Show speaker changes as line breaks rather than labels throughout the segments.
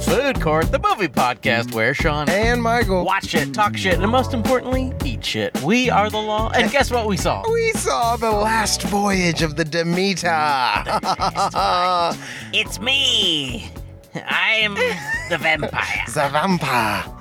Food Court, the movie podcast where Sean
And Michael.
watch shit, talk shit, and most importantly, eat shit. We are the law, and guess what we saw?
We saw the last voyage of the Demeter.
It's me. I am the vampire.
Zavampa.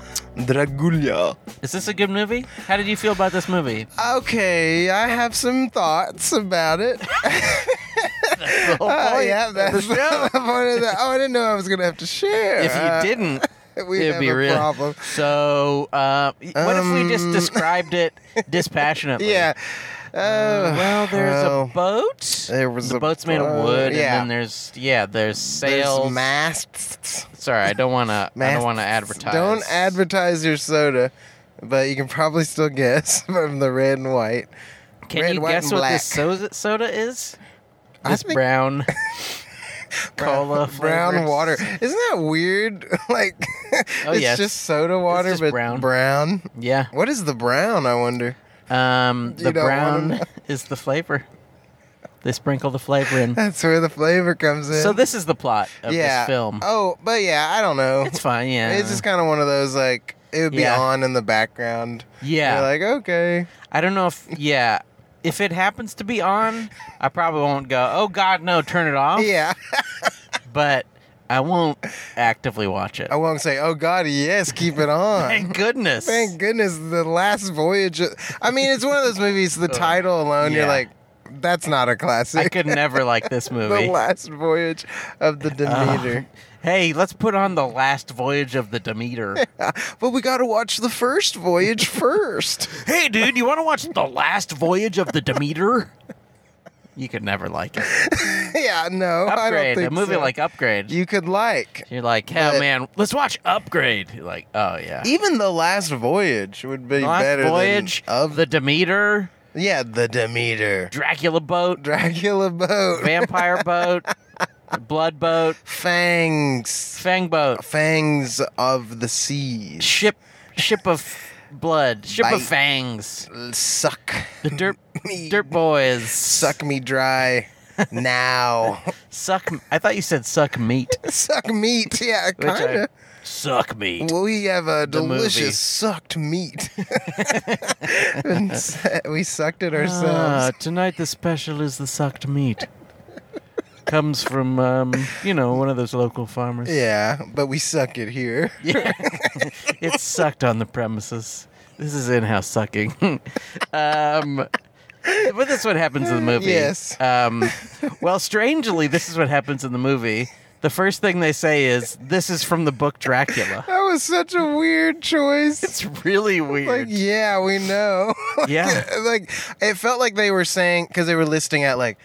Dragula.
Is this a good movie? How did you feel about this movie?
Okay, I have some thoughts about it.
The whole
Oh,
point
yeah,
of
that's
the show.
the point of the- Oh, I didn't know I was going to have to share.
If
Uh,
you didn't,
we'd
it'd
have
be
a
real.
problem.
So, uh, what if we just
Um,
described it dispassionately?
Yeah. Uh,
Well, there's
well,
a boat.
there was
the
a
boat's made of
boat,
wood, and
yeah.
then there's yeah, there's
there's
sails.
masts.
Sorry, I don't want to. I don't
Masts.
want to advertise.
Don't advertise your soda, but you can probably still guess from the red and white.
Can
red,
you
white,
guess
and
what
black.
this soda, soda is?
I
This
think-
brown cola
brown
flavored
water.
s-
Isn't that weird? like,
Oh,
it's
yes.
just soda water,
just
but
brown.
brown.
Yeah.
What is the brown? I wonder.
Um, the
You don't wanna
brown
know.
is the flavor. They sprinkle the flavor in.
That's where the flavor comes in.
So this is the plot of
yeah.
this film.
Oh, but yeah, I don't know.
It's fine. Yeah.
It's just kind of one of those like it would be
Yeah.
on in the background.
yeah.
You're like, okay,
I don't know if yeah. If it happens to be on, I probably won't go. Oh God, no! Turn it off.
yeah.
But I won't actively watch it.
I won't say, oh God, yes, keep it on.
Thank goodness.
Thank goodness the last voyage. I mean, it's one of those movies. The title alone,
Oh, yeah.
you're like, that's not a classic.
I could never like this movie.
the last voyage of
Uh.
the Demeter.
Hey, let's put on the last voyage of the Demeter.
But we got to watch the first voyage first.
hey, dude, you want to watch the last voyage of the Demeter? You could never like it.
yeah, no, I don't
Upgrade,
think
a movie
so.
like Upgrade.
you could like.
You're like, hell,
But-
man, let's watch Upgrade. You're like, oh yeah,
Even the last voyage would be
The last
better than
voyage of
of
the Demeter,
yeah the Demeter,
Dracula boat,
Dracula boat,
vampire boat, blood boat,
fangs,
fang boat,
fangs of the sea,
ship, ship of blood, ship of
Bite.
fangs,
suck
the dirt,
me,
dirt boys,
suck me dry now,
suck. I thought you said suck meat,
suck meat, yeah,
which I-
kind of.
suck meat.
We have a
The movie.
delicious sucked meat. And s- we sucked it
Ah,
ourselves.
tonight the special is the sucked meat. Comes from um, you know one of those local farmers.
yeah, but we suck it here.
Yeah. it's sucked on the premises. This is in-house sucking. um, but this is what happens in the movie.
Yes.
Um, well, strangely, this is what happens in the movie. The first thing they say is, "This is from the book Dracula."
That was such a weird choice.
It's really
like,
weird.
yeah, we know.
Yeah.
like, it felt like they were saying, because they were listing out, like,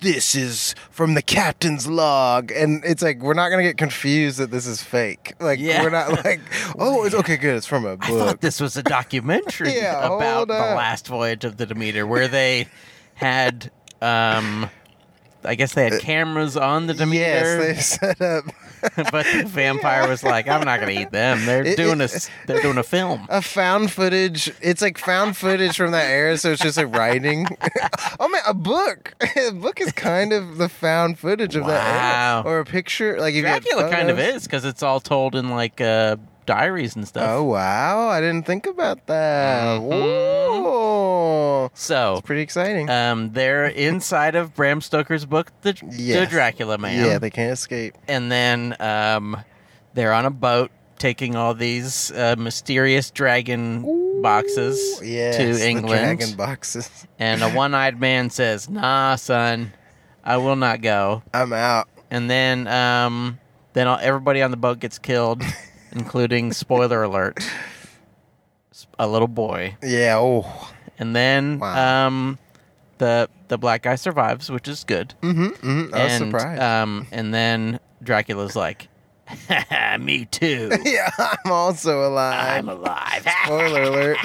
this is from the captain's log. And it's like, we're not going to get confused that this is fake. Like,
Yeah.
we're not like, oh, it's okay, good. It's from a
I thought
book.
this was a documentary
Yeah,
about
hold
the
up.
last voyage of the Demeter, where they had, um, I guess they had cameras on the Demeter.
Uh, yes, they set up.
but the vampire was like, "I'm not gonna eat them. They're
It-
doing a s- they're doing a film."
a found footage. It's like found footage from that era, so it's just like writing. oh man, a book. a book is kind of the found footage of
Wow.
that era, or a picture. Like if you had
Dracula kind of
photos.
is because it's all told in like uh, diaries and stuff. Mm-hmm.
Oh wow, I didn't think about that. Ooh.
So
It's pretty exciting.
um, they're inside of Bram Stoker's book, The, the
Yes.
Dracula Man,
yeah, they can't escape.
and then um, they're on a boat taking all these uh, mysterious dragon boxes
Ooh, yes,
to
the
England,
dragon boxes.
and a one-eyed man says, "Nah, son, I will not go."
I'm out.
and then um, then all, everybody on the boat gets killed, including spoiler alert, s- a little boy,
Yeah. Oh.
and then
Wow.
um, the the black guy survives, which is good.
Mm-hmm. mm-hmm. I was
and,
surprised.
Um, and then Dracula's like, "Me too,
yeah, I'm also alive.
I'm alive."
Spoiler alert.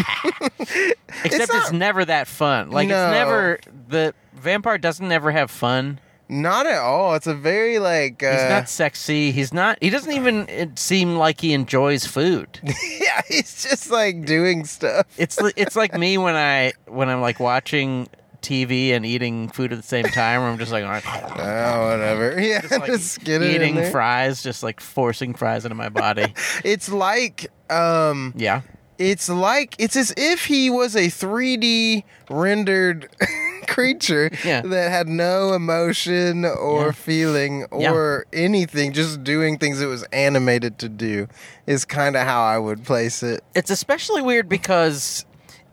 Except it's,
not-
never that fun. Like
No.
it's never the vampire doesn't ever have fun.
Not at all. It's a very like. Uh,
He's not sexy. He's not. He doesn't even it seem like he enjoys food.
yeah, he's just like doing stuff.
it's li- it's like me when I when I'm like watching TV and eating food at the same time. Where I'm just like, all right,
Oh, whatever. Yeah, just,
like,
get it in
eating
there.
fries, just like forcing fries into my body.
It's like um,
yeah,
it's like it's as if he was a 3D rendered creature
Yeah.
that had no emotion or
Yeah.
feeling
Yeah.
or anything, just doing things it was animated to do. Is kind of how I would place it.
it's especially weird because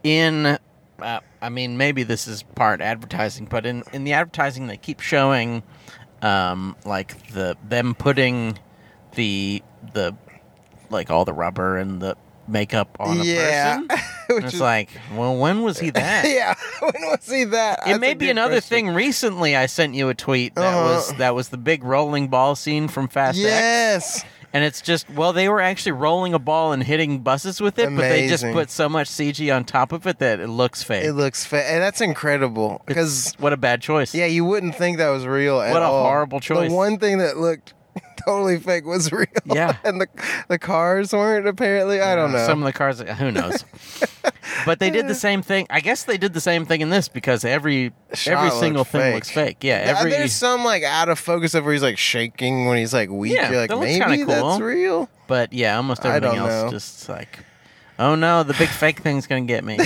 in. Uh, I mean, maybe this is part advertising, but in, in the advertising, they keep showing, um, like the them putting the the like all the rubber and the makeup on a
yeah,
person.
Which
And it's
is-
like, well, when was he that?
yeah. when was he that?
It
That's
may
a
be
good
another
question.
thing. Recently, I sent you a tweet that
Uh-huh.
was that was the big rolling ball scene from Fast X,
Yes.
and it's just well, they were actually rolling a ball and hitting buses with it, but they just
Amazing.
put so much CG on top of it that it looks fake.
It looks fa- and that's incredible because
what a bad choice!
yeah, you wouldn't think that was real at
What a
all.
horrible choice.
The one thing that looked totally fake was real.
Yeah.
and the the cars weren't apparently. I don't know.
Uh, Some of the cars, who knows? but they did the same thing. I guess they did the same thing in this because every
Shot
every
looks
single thing
fake.
looks fake. Yeah,
Yeah,
every
There's some like out of focus of where he's like shaking when he's like weak.
Yeah,
You're like
that looks kinda
maybe
cool.
that's real.
but yeah, almost
I
everything
don't
else
know.
just like, oh no, the big fake thing's gonna get me.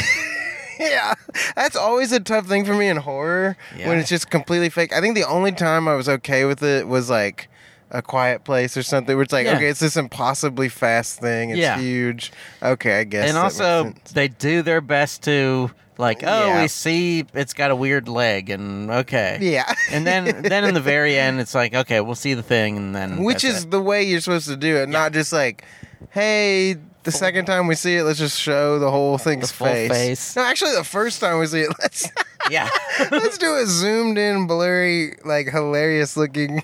Yeah, that's always a tough thing for me in horror
Yeah.
when it's just completely fake. I think the only time I was okay with it was like a quiet place or something where it's like,
Yeah.
okay, it's this impossibly fast thing. It's
Yeah.
huge. Okay, I guess.
and
that
also
makes sense.
they do their best to like oh
Yeah.
we see it's got a weird leg and okay
yeah.
and then then in the very end it's like okay we'll see the thing and then
Which
that's
is
it.
the way you're supposed to do it, not just like, hey, the second time we see it, let's just show the whole thing's
full
face.
face.
No, actually, the first time we see it, let's
yeah
let's do a zoomed in, blurry, like hilarious looking.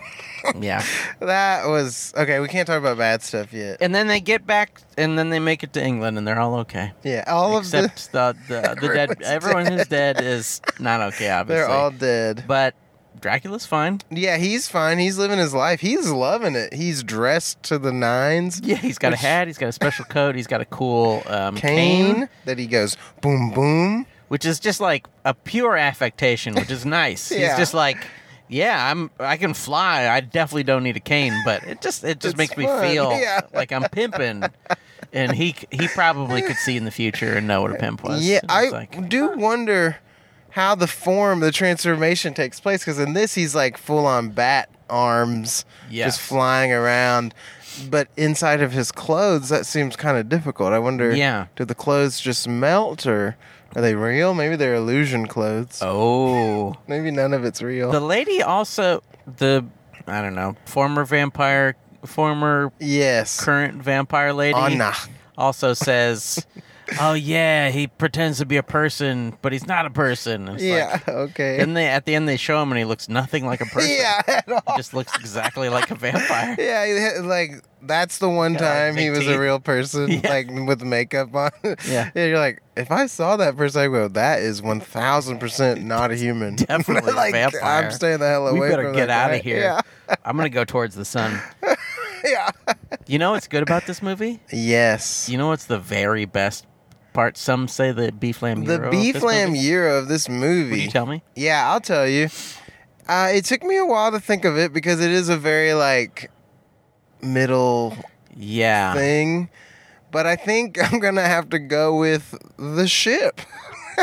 yeah
that was okay. We can't talk about bad stuff yet.
and then they get back and then they make it to England and they're all okay
Yeah, all of the
except the the, the dead
Everyone's
everyone who's dead is not okay obviously
they're all dead.
but Dracula's fine
Yeah, he's fine. He's living his life. He's loving it. He's dressed to the nines.
yeah he's got
Which-
a hat he's got a special coat he's got a cool um,
Cane,
cane
that he goes boom boom.
which is just like a pure affectation, which is nice.
Yeah.
He's just like, yeah, I'm I can fly. I definitely don't need a cane, but it just it just
It's
makes
fun.
me feel
Yeah.
like I'm pimping. And he he probably could see in the future and know what a pimp was.
Yeah,
It's
I
like,
do wonder how the form, the transformation takes place. Because in this, he's like full on bat arms,
Yes.
just flying around. But inside of his clothes, that seems kind of difficult. I wonder,
Yeah.
do the clothes just melt or are they real? Maybe they're illusion clothes.
oh,
Maybe none of it's real.
the lady also the I don't know former vampire former
yes.
current vampire lady
Anna.
also says. Oh yeah, he pretends to be a person, but he's not a person. It's like,
Yeah. okay.
Then they at the end they show him and he looks nothing like a person.
yeah. At
He
all.
just looks exactly like a vampire.
Yeah, he had, like that's the one
Got, like,
time he
big
was
teeth.
a real person,
Yeah.
like with makeup on.
Yeah.
you're like, if I saw that person, I go, that is one thousand percent not a human.
Definitely a
like,
vampire.
I'm staying the hell away.
We better
from
get
that
out
guy.
of here. I'm gonna go towards the sun.
Yeah, yeah.
You know what's good about this movie?
Yes.
You know what's the very best part? Some say the beef lamb.
the
gyro of
beef
this
lamb
movie.
euro of this
Will
movie.
you tell me?
Yeah, I'll tell you. Uh, it took me a while to think of it because it is a very like middle
Yeah.
thing. But I think I'm gonna have to go with the ship.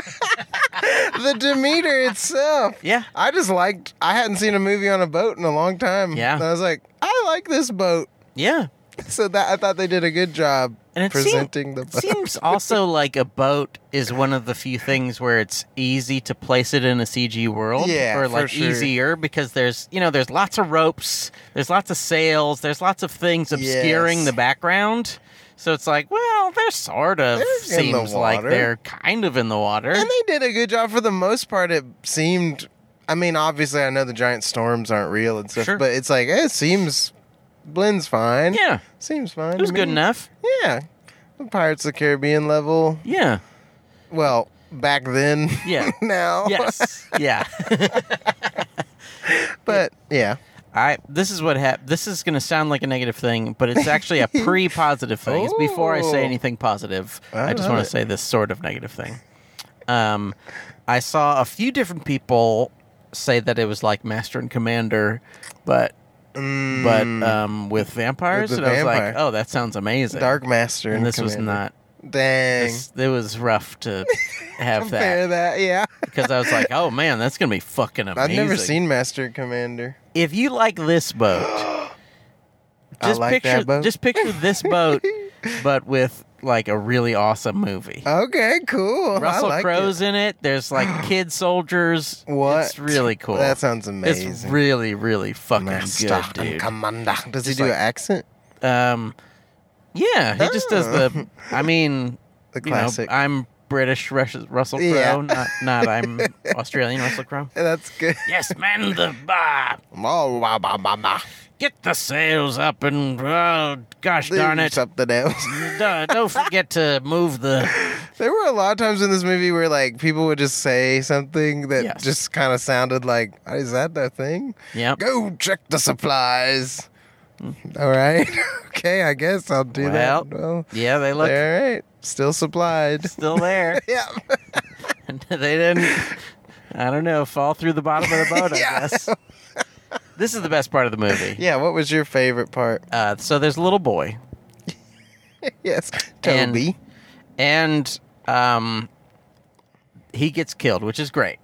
the Demeter itself.
Yeah.
I just liked I hadn't seen a movie on a boat in a long time.
Yeah.
And I was like, I like this boat.
Yeah.
So that I thought they did a good job
And it seemed-
presenting the boat.
Seems also like a boat is one of the few things where it's easy to place it in a CG world,
Yeah,
or
for
like
sure.
easier because there's you know there's lots of ropes, there's lots of sails, there's lots of things obscuring
Yes.
the background. So it's like, well, they're sort of
They're in the
seems like
water.
they're kind of in the water.
and they did a good job for the most part. It seemed I mean, obviously I know the giant storms aren't real and stuff,
Sure.
but it's like eh, it seems blends fine.
yeah,
Seems fine.
it
to
was good
me.
enough.
Yeah. Pirates of the Caribbean level.
Yeah.
Well, back then.
Yeah.
now.
Yes. yeah.
but yeah.
I this is what hap- this is going to sound like a negative thing, but it's actually a pre-positive thing. It's before I
Oh.
say anything positive.
I
I, just
love
want
it.
to say this sort of negative thing. Um, I saw a few different people say that it was like Master and Commander, but but um, with vampires,
Mm. With the
and I was
vampire.
like, oh, that sounds amazing.
Dark Master,
and
and
this was
Commander.
not.
dang.
This, it was rough to have that
Compare that, yeah.
because I was like, oh man, that's gonna be fucking amazing.
I've never seen Master and Commander.
If you like this boat,
I
just
like that
picture
boat.
just picture this boat, but with like a really awesome movie.
Okay, cool.
Russell
Oh, I like
Crowe's in it. There's like kid soldiers.
It. What?
It's really cool.
That sounds amazing.
It's really really fucking
Master
good,
and
dude.
Commander. Does he
Just
do
like-
an accent?
Um, yeah, he just does the. I mean,
The
you know,
classic.
I'm British Rus- Russell Crowe,
Yeah.
not not I'm Australian Russell Crowe.
That's good.
Yes, man, the bar.
Oh, bah, bah, bah, bah.
Get the sails up and oh, gosh darn
Do
it.
Something else.
Don't don't forget to move the.
There were a lot of times in this movie where like people would just say something that
Yes.
just kind of sounded like, "Is that their thing?"
Yep.
Go check the supplies. All right. okay, I guess I'll do
Well,
that. Well,
Yeah, they look
all right. Still supplied.
still there.
yeah.
And they didn't. I don't know. Fall through the bottom of the boat. I
Yeah.
guess. This is the best part of the movie.
Yeah. What was your favorite part?
Uh, so there's a little boy,
yes,
And-
Toby.
and um, he gets killed, which is great.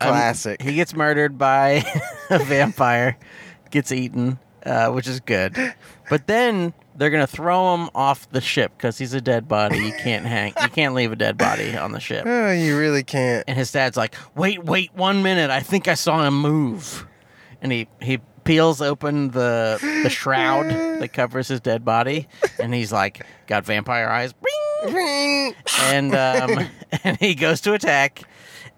Um,
Classic.
he gets murdered by a vampire, gets eaten, uh, which is good. But then they're gonna throw him off the ship because he's a dead body. You can't hang. You can't leave a dead body on the ship.
oh, you really can't.
And his dad's like, "Wait, wait, one minute. I think I saw him move." And he he peels open the the shroud that covers his dead body, and he's like, "Got vampire eyes." Bing!
Ring.
And um, and he goes to attack,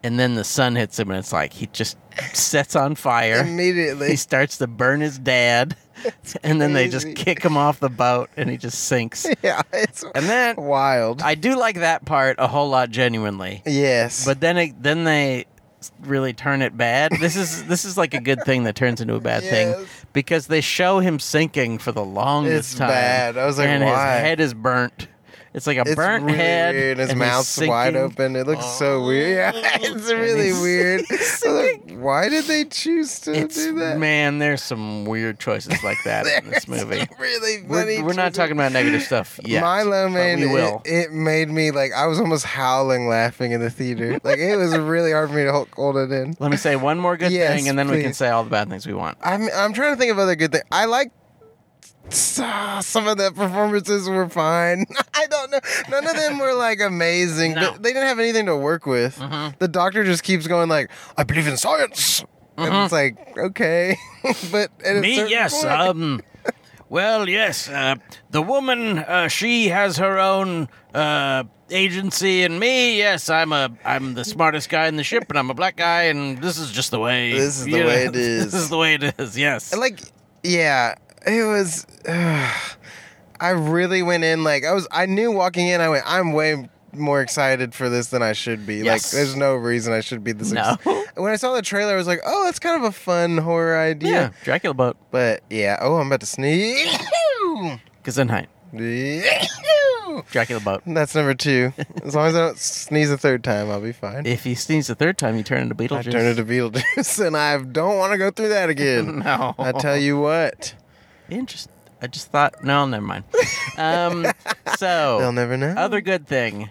and then the sun hits him, and it's like he just sets on fire.
Immediately.
He starts to burn his dad, and then they just
crazy.
kick him off the boat, and he just sinks.
yeah, it's
And then
wild.
I do like that part a whole lot, genuinely.
yes.
But then it, then they really turn it bad. This is this is like a good thing that turns into a bad thing
Yes.
because they show him sinking for the longest
It's
time.
bad. I was like,
and
why?
his head is burnt. It's like a
it's
burnt
really
head.
Weird. His
and he's
mouth's wide
sinking. Oh.
open. It looks so weird. Yeah, it's
And
really
he's-
weird.
he's
I was like, Why did they choose to
It's
do that?
man, there's some weird choices like that in this
There's
movie.
some really funny
We're, we're not
choices.
talking about negative stuff yet.
Milo
but
man,
we will.
It, it made me like I was almost howling laughing in the theater. like it was really hard for me to hold, hold it in.
Let me say one more good
Yes,
thing, and then we can
please.
say all the bad things we want.
I'm I'm trying to think of other good things. I like ah, some of the performances were fine. I don't know. None of them were like amazing.
No. Mm-hmm.
But they didn't have anything to work with. The doctor just keeps going like, "I believe in science." And it's like, okay, but at a
Mm-hmm. Me,
certain
yes.
point-
Um, well, yes. Uh, the woman, uh, she has her own uh, agency, and me, yes, I'm a, I'm the smartest guy in the ship, and I'm a black guy, and this is just the way.
This is the
you
way it
This
is.
is the way it is. Yes.
like yeah it was i really went in like i was i knew walking in i went i'm way more excited for this than i should be
Yes.
like there's no reason i should be this
No.
when i saw the trailer i was like oh that's kind of a fun horror idea
yeah, Dracula boat,
but yeah oh i'm about to sneeze
Gesundheit. Dracula boat.
that's number two as long as i don't sneeze a third time i'll be fine
If he sneezes the third time, you turn into
i
Beetlejuice.
turn into beetlejuice and i don't want to go through that again
no.
i tell you what
Interesting. I just thought. No, never mind. Um, so
they'll never know
other good thing.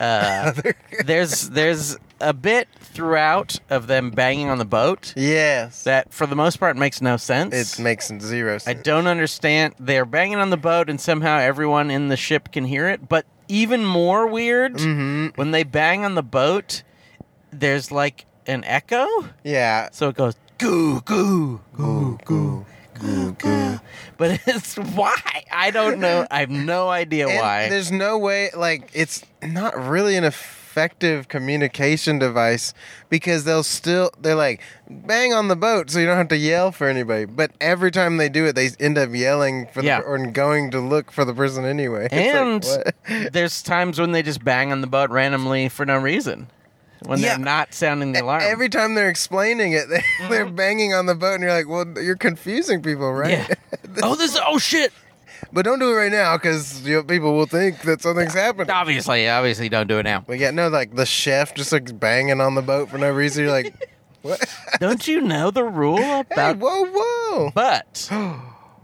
Uh, there's there's a bit throughout of them banging on the boat
yes
that for the most part makes no sense.
It makes zero
I
sense.
don't understand. They're banging on the boat and somehow everyone in the ship can hear it. But even more weird,
Hmm?
when they bang on the boat, there's like an echo.
yeah.
So it goes goo goo goo goo.
goo,
goo. But it's why I don't know. I have no idea
And
why.
There's no way, like, it's not really an effective communication device because they'll still, they're like, bang on the boat so you don't have to yell for anybody. But every time they do it, they end up yelling for
Yeah.
the, or going to look for the person anyway.
And
It's like, what?
there's times when they just bang on the boat randomly for no reason. When
Yeah. E-,
they're not sounding the alarm. Mm-hmm.
Every time they're explaining it, they, they're banging on the boat, and you're like, "Well, you're confusing people, right?"
Yeah. oh, this. Oh shit.
But don't do it right now because you know, people will think that something's happening.
Obviously, obviously, don't do it now.
But yeah, no, like the chef just like banging on the boat for no reason. You're like, what?
Don't you know the rule
Hey,
about?
whoa, whoa.
But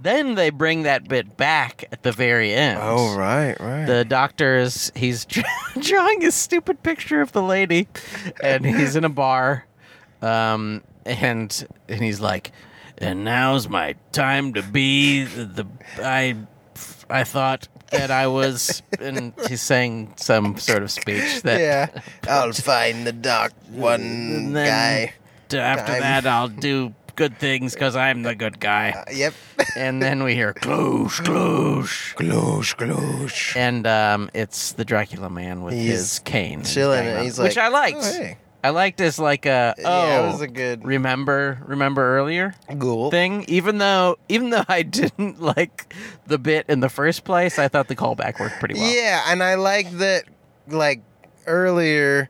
then they bring that bit back at the very end.
Oh, right, right.
The doctor is he's drawing his stupid picture of the lady, and he's in a bar, um, and and he's like, and now's my time to be the, the I I thought that I was, and he's saying some sort of speech that
yeah. I'll find the doc one
and then
guy.
d- after
Guy.
that I'll do good things because I'm the good guy,
Uh, Yep.
and then we hear cloosh cloosh.
Gloosh, gloosh.
And um, it's the Dracula man with
He's
his cane,
chilling,
hanging
and
up,
he's
which
like,
I liked.
"Oh, hey."
I liked as like a oh,
yeah, it was a good
remember remember earlier
ghoul.
thing. Even though even though I didn't like the bit in the first place, I thought the callback worked pretty well.
Yeah, and I like that. Like earlier,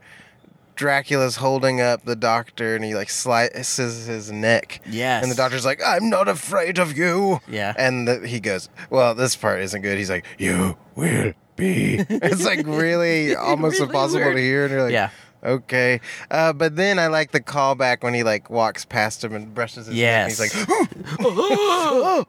Dracula's holding up the doctor, and he like slices his neck,
Yes.
and the doctor's like, "I'm not afraid of you."
Yeah.
and the, he goes, "Well, this part isn't good." He's like, "You will be." it's like really almost
Really
impossible
weird.
to hear, and you're like,
Yeah.
Okay, uh, but then I like the callback when he like walks past him and brushes his
Yes.
neck. And he's like, Oh.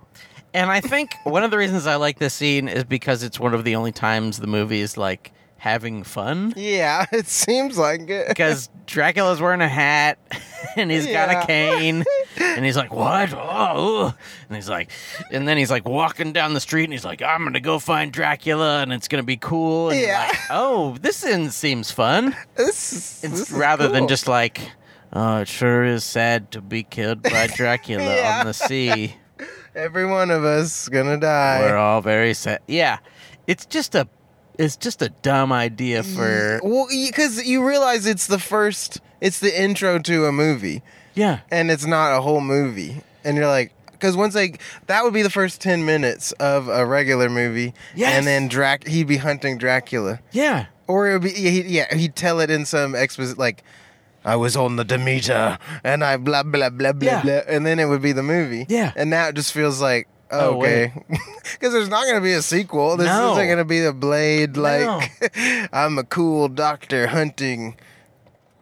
and I think one of the reasons I like this scene is because it's one of the only times the movie is like having fun.
"Yeah, it seems like it."
Because Dracula's wearing a hat and he's got
Yeah.
a cane and he's like, What? Oh, ugh." and he's like, and then he's like walking down the street and he's like, I'm gonna go find Dracula and it's gonna be cool. And you're
Yeah.
like, oh, this in seems fun.
This is-
It's-
this is
rather than
cool.
just like, Oh, it sure is sad to be killed by Dracula
Yeah.
on the sea.
Every one of us is gonna die.
We're all very sad. Yeah. It's just a it's just a dumb idea for
Well, because you realize it's the first, it's the intro to a movie,
Yeah.
and it's not a whole movie, and you're like, because once they, that would be the first ten minutes of a regular movie,
Yes.
and then Drac, he'd be hunting Dracula,
Yeah.
or it would be, yeah, he, yeah, he'd tell it in some exposit like. I was on the Demeter, and I blah blah blah blah
Yeah.
blah, and then it would be the movie.
Yeah.
and now it just feels like
Oh,
okay, because there's not going to be a sequel. This
No.
isn't going to be the Blade
No.
like I'm a cool doctor hunting.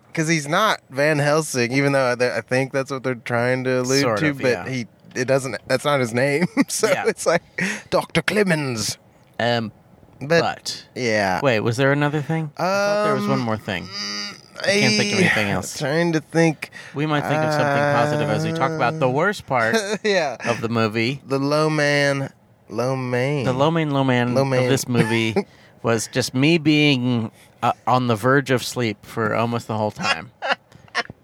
Because he's not Van Helsing, even though I, th- I think that's what they're trying to allude
Sort
to.
of,
but
yeah.
he it doesn't. That's not his name. so
Yeah.
it's like Doctor Clemens.
Um
But,
but
yeah,
Wait, was there another thing? I thought there was one
Um,
more thing.
I
can't think of anything else.
Trying to think.
We might think of something positive as we talk about the worst part
yeah,
of the movie.
the low man, low man.
The low man, low man,
Low man.
of this movie was just me being uh, on the verge of sleep for almost the whole time.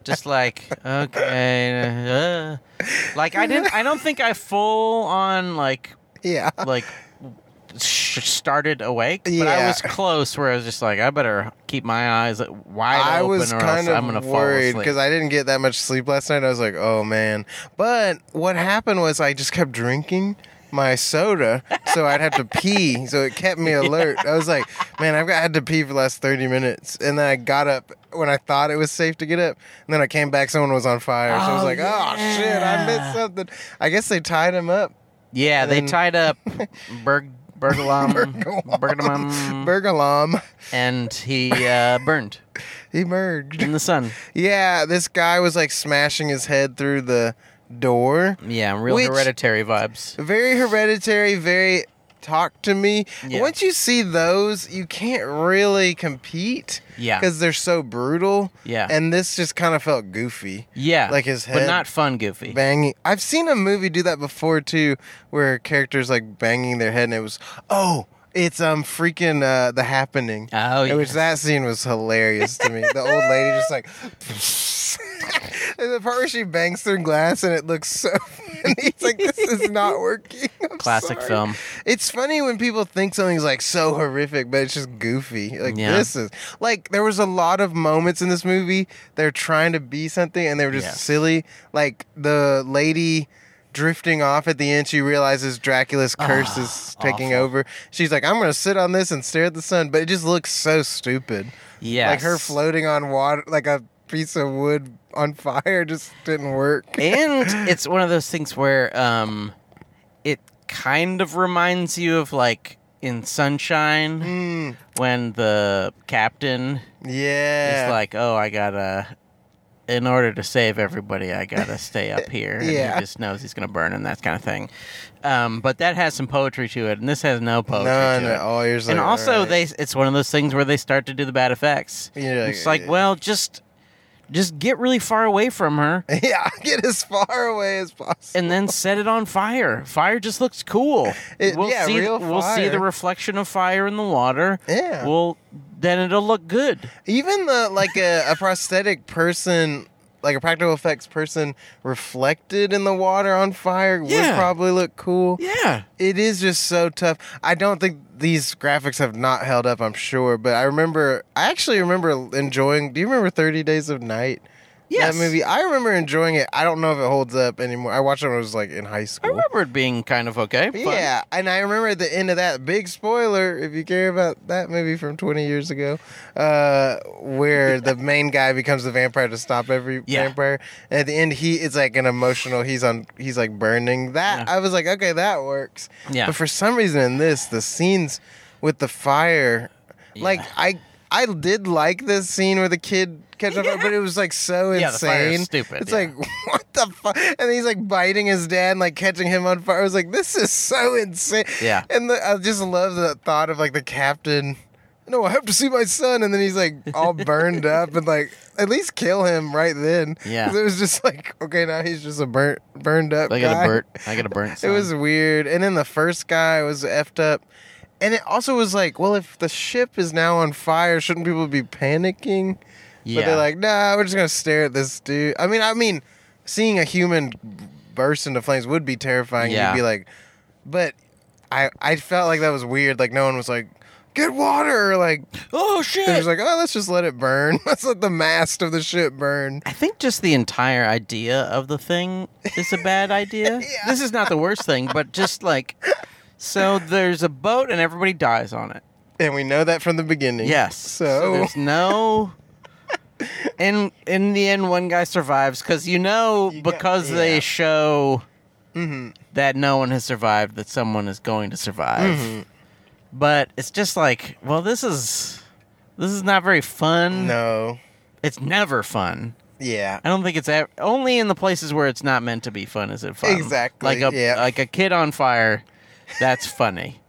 just like okay, uh, like I didn't. I don't think I full on like
Yeah.
like sh- started awake, but I
Yeah.
was close. Where I was just like, I better keep my eyes wide
I
open,
was
or else
kind of
I'm gonna
worried
fall asleep.
because I didn't get that much sleep last night. I was like, oh man. But what happened was I just kept drinking my soda, so I'd have to pee. So it kept me alert. I was like, man, I've got, I had to pee for the last 30 minutes. And then I got up when I thought it was safe to get up. And then I came back, someone was on fire. so I was
Oh,
like, oh shit, I
yeah.
missed something. I guess they tied him up.
Yeah, they
then-
tied up Berg Bergalam
Bergalam.
Bergalam,
Bergalam.
and he uh, burned
He merged.
in the sun.
Yeah, this guy was like smashing his head through the door.
Yeah, real
Which-
hereditary vibes.
very hereditary very talk to me
Yeah.
once you see those you can't really compete
Yeah.
because they're so brutal
Yeah.
and this just kind of felt goofy
Yeah,
like his
but
head-
not fun. Goofy.
banging i've seen a movie do that before too where characters like banging their head and it was oh it's um freaking uh the happening
oh,
It was
yes.
that scene was hilarious to me. The old lady just like and the part where she bangs through glass and it looks so funny. It's like this is not working. I'm
classic
sorry.
film.
It's funny when people think something's like so horrific, but it's just goofy. Like
Yeah.
this is like there was a lot of moments in this movie they're trying to be something and they were just
Yes.
silly. Like the lady drifting off at the end, she realizes Dracula's curse
Ah,
is taking
awful.
over. She's like, I'm gonna sit on this and stare at the sun, but it just looks so stupid.
Yeah,
Like her floating on water like a piece of wood on fire just didn't work.
and it's one of those things where um, it kind of reminds you of like in Sunshine
Mm,
when the captain
yeah.
is like, "Oh, I gotta." In order to save everybody, I gotta stay up here. And
Yeah.
he just knows he's gonna burn and that kind of thing. Um, but that has some poetry to it, and this has no poetry.
no,
to
no.
it
Oh, you're just
and
like,
also
alright.
they it's one of those things where they start to do the bad effects
You're like,
it's like
"Eh."
well just just get really far away from her
yeah, get as far away as possible.
and then set it on fire fire just looks cool
It-
we'll
yeah,
see
real
we'll see the
fire.
reflection of fire in the water
Yeah.
well then it'll look good
Even the like a, a prosthetic person, like a practical effects person, reflected in the water on fire would
Yeah.
probably look cool.
yeah
It is just so tough. I don't think these graphics have not held up. I'm sure, but I remember. I actually remember enjoying. Do you remember Thirty Days of Night?
Yes.
That movie. I remember enjoying it. I don't know if it holds up anymore. I watched it when I was like in high
i
school.
remember it being kind of okay fun.
Yeah, and I remember at the end of that big spoiler, if you care about that movie from 20 years ago, uh, where the main guy becomes the vampire to stop every
Yeah.
vampire, and at the end he it's like an emotional. He's on. He's like burning. That
Yeah.
I was like, okay, that works.
Yeah.
But for some reason in this, the scenes with the fire, like
Yeah.
I I did like this scene where the kid catches up, but it was like so
Yeah, the fire
insane.
is stupid,
It's
yeah.
like what the fuck? And he's like biting his dad, and, like catching him on fire. I was like, this is so insane.
Yeah.
And the, I just love the thought of like the captain. No, I have to see my son, and then he's like all burned up, and like at least kill him right then.
Yeah.
'Cause it was just like okay, now he's just a burnt, burned up.
i got
guy.
a burnt i got a burnt
It was weird. And then the first guy was effed up. And it also was like, well, if the ship is now on fire, shouldn't people be panicking?
yeah
But they're like, nah, we're just gonna stare at this dude. I mean, I mean, seeing a human burst into flames would be terrifying.
Yeah.
You'd be like, but I I felt like that was weird. Like no one was like, get water. Or like
oh
they're
shit
just like, oh, let's just let it burn. let's let the mast of the ship burn.
I think just the entire idea of the thing is a bad idea.
Yeah.
This is not the worst thing, but just like so there's a boat and everybody dies on it.
And we know that from the beginning.
Yes.
So,
there's no and in the end one guy survives cuz you know
You got-
because
yeah.
they show
Mhm.
that no one has survived that someone is going to survive.
Mm-hmm.
But it's just like, well this is this is not very fun.
no.
It's never fun.
Yeah.
I don't think it's ever, only in the places where it's not meant to be fun is it fun.
Exactly,
Like a
yeah.
like a kid on fire, that's funny.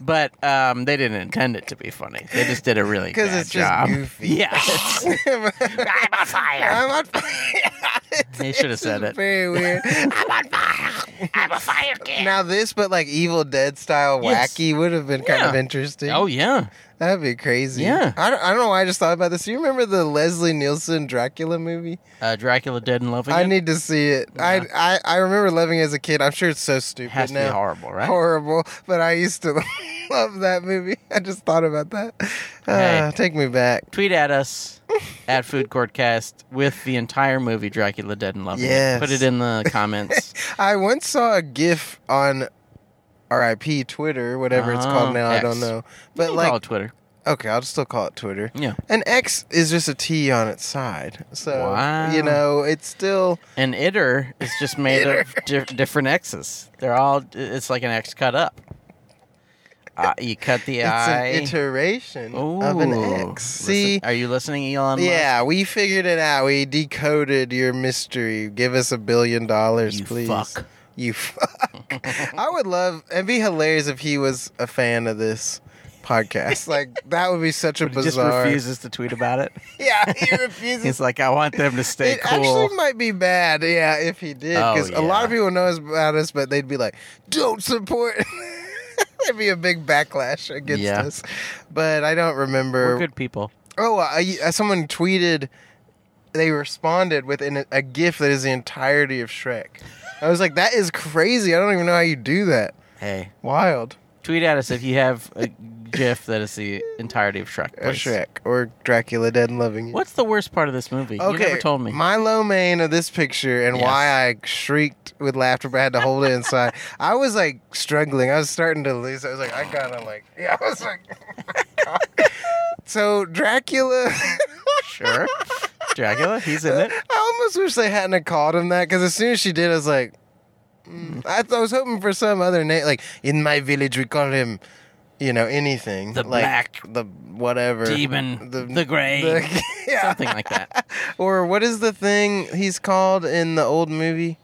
But um, they didn't intend it to be funny. They just did a really
Because
bad
it's just
job.
goofy.
Yeah.
I'm
on fire.
on fire.
They should have said it.
Very weird. I'm on fire.
I'm a fire kid.
Now this, but like Evil Dead style
Yes.
wacky would have been kind of
Yeah.
interesting.
Oh yeah.
That'd be crazy.
Yeah.
I don't, I don't know why I just thought about this. You remember the Leslie Nielsen Dracula movie?
Uh, Dracula dead and loving.
I
it?
need to see it.
Yeah.
I, I I remember loving it as a kid. I'm sure it's so stupid
has to
now.
be horrible, right?
Horrible, but I used to love that movie. I just thought about that. Uh,
Hey.
Take me back.
Tweet at us at Food Court Cast with the entire movie Dracula Dead and Loving. It.
Yes.
Put it in the comments.
I once saw a GIF on RIP Twitter, whatever it's
Oh,
called now. I
X.
don't know,
You
but
can
like,
call it Twitter.
okay, I'll still call it Twitter.
Yeah.
An X is just a T on its side, so
Wow.
you know it's still
And iter is just made of di- different X's. They're all. It's like an X cut up. Uh, you cut the
it's
I.
an iteration
Ooh.
of an X.
Listen-
See,
are you listening, Elon? Musk?
yeah, we figured it out. We decoded your mystery. Give us a billion dollars,
You
please.
fuck.
You fuck. I would love. It'd be hilarious if he was a fan of this podcast. Like that would be such a
But he just
bizarre.
refuses to tweet about it.
Yeah, he refuses.
He's like, I want them to stay
it
cool.
actually might be bad, yeah, if he did,
Oh,
because a lot of
yeah.
people know us about us, but they'd be like, "Don't support." There'd be a big backlash against
Yeah.
us. But I don't
We're
remember.
good people.
Oh, I, uh, someone tweeted. They responded with an, a GIF that is the entirety of Shrek. I was like, "That is crazy! I don't even know how you do that.
Hey,
Wild."
tweet at us if you have a GIF that is the entirety of Shrek.
Or
please.
Shrek, or Dracula, dead and loving you.
What's the worst part of this movie? You never told me.
My low main of this picture and
Yes.
why I shrieked with laughter, but I had to hold it inside. I was like struggling. I was starting to lose. I was like, I gotta like, yeah. I was like, so Dracula.
sure. Dracula, he's in it.
I almost wish they hadn't have called him that because as soon as she did, I was like,
Mm.
mm, I, th- I was hoping for some other name, like in my village we call him, you know, anything.
The
like,
black
the whatever
demon, the gray.
yeah.
Something like that.
Or what is the thing he's called in the old movie?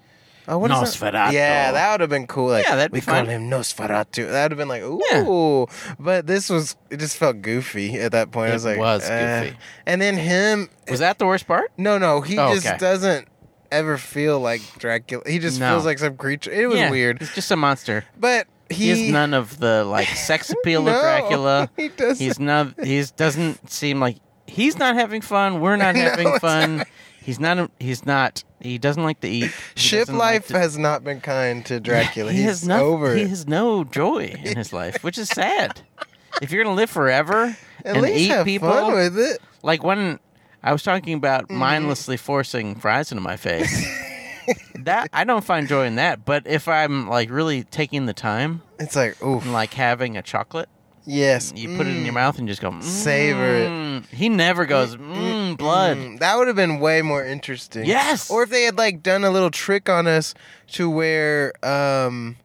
Oh, what is that?
Nosferatu.
Yeah, that would have been cool. Like,
Yeah, that'd be
we
fun.
call him Nosferatu. That would have been like, ooh. But this was, it just felt goofy at that point. I
It
was like,
was
eh.
goofy.
And then him,
Was that the worst part?
no, no, he
Oh,
just
okay.
doesn't ever feel like Dracula. He just
No.
feels like some creature. It was
Yeah,
weird.
He's just a monster.
But
He,
he,
has none of the like sex appeal
No,
of Dracula.
He doesn't.
He's not. He's doesn't seem like he's not having fun. We're not
No,
having
it's
fun. He's not. He's not. He doesn't like to eat. He
Ship
doesn't like
life
to-
has not been kind to Dracula.
He
He's
has no,
over
He
it.
has no joy in his life, which is sad. if you're gonna live forever
At
and
least
eat
have
people,
fun with it.
like when I was talking about
Mm-hmm.
mindlessly forcing fries into my face. that I don't find joy in that, but if I'm like really taking the time
It's like, oof.
and like having a chocolate,
Yes.
you put it in
mm,
your mouth and just go
Savor it.
"Mm." He never goes mm, blood.
mm. That would have been way more interesting.
Yes.
Or if they had like done a little trick on us to where um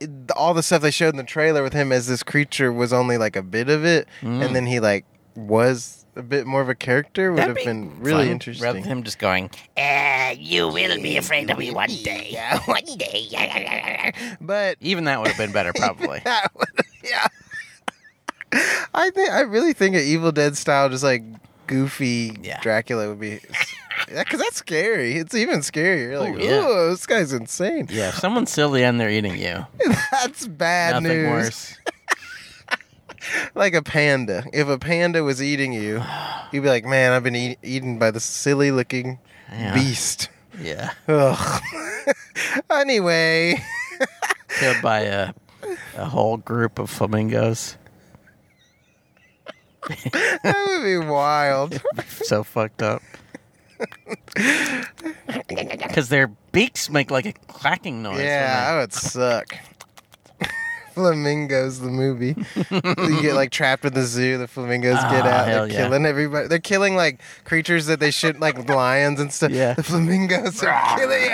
it- all the stuff they showed in the trailer with him as this creature was only like a bit of it
Mm.
and then he like was a bit more of a character would
That'd
have
be
been really
fun, Rather
interesting.
than him just going,
Uh, you will be afraid of me one day. Yeah, one day.
but
even that would have been better probably.
That would- yeah. I think I really think an Evil Dead style, just like goofy
Yeah.
Dracula, would be because that's scary. It's even scarier. You're like,
Oh, yeah.
"Ooh, this guy's insane.
yeah, if someone's silly and they're eating you,
that's bad
nothing
news.
worse.
Like a panda. If a panda was eating you, you'd be like, man, I've been eat- eaten by this silly looking
Yeah.
beast.
Yeah,
Ugh. anyway,
killed by a a whole group of flamingos.
that would be wild.
so fucked up. Because their beaks make like a clacking noise. when
Yeah, that would suck. Flamingos, the movie. you get like trapped in the zoo. The flamingos get
Ah,
out. They're
hell yeah.
killing everybody. They're killing like creatures that they should, like lions and stuff.
Yeah.
The flamingos are killing.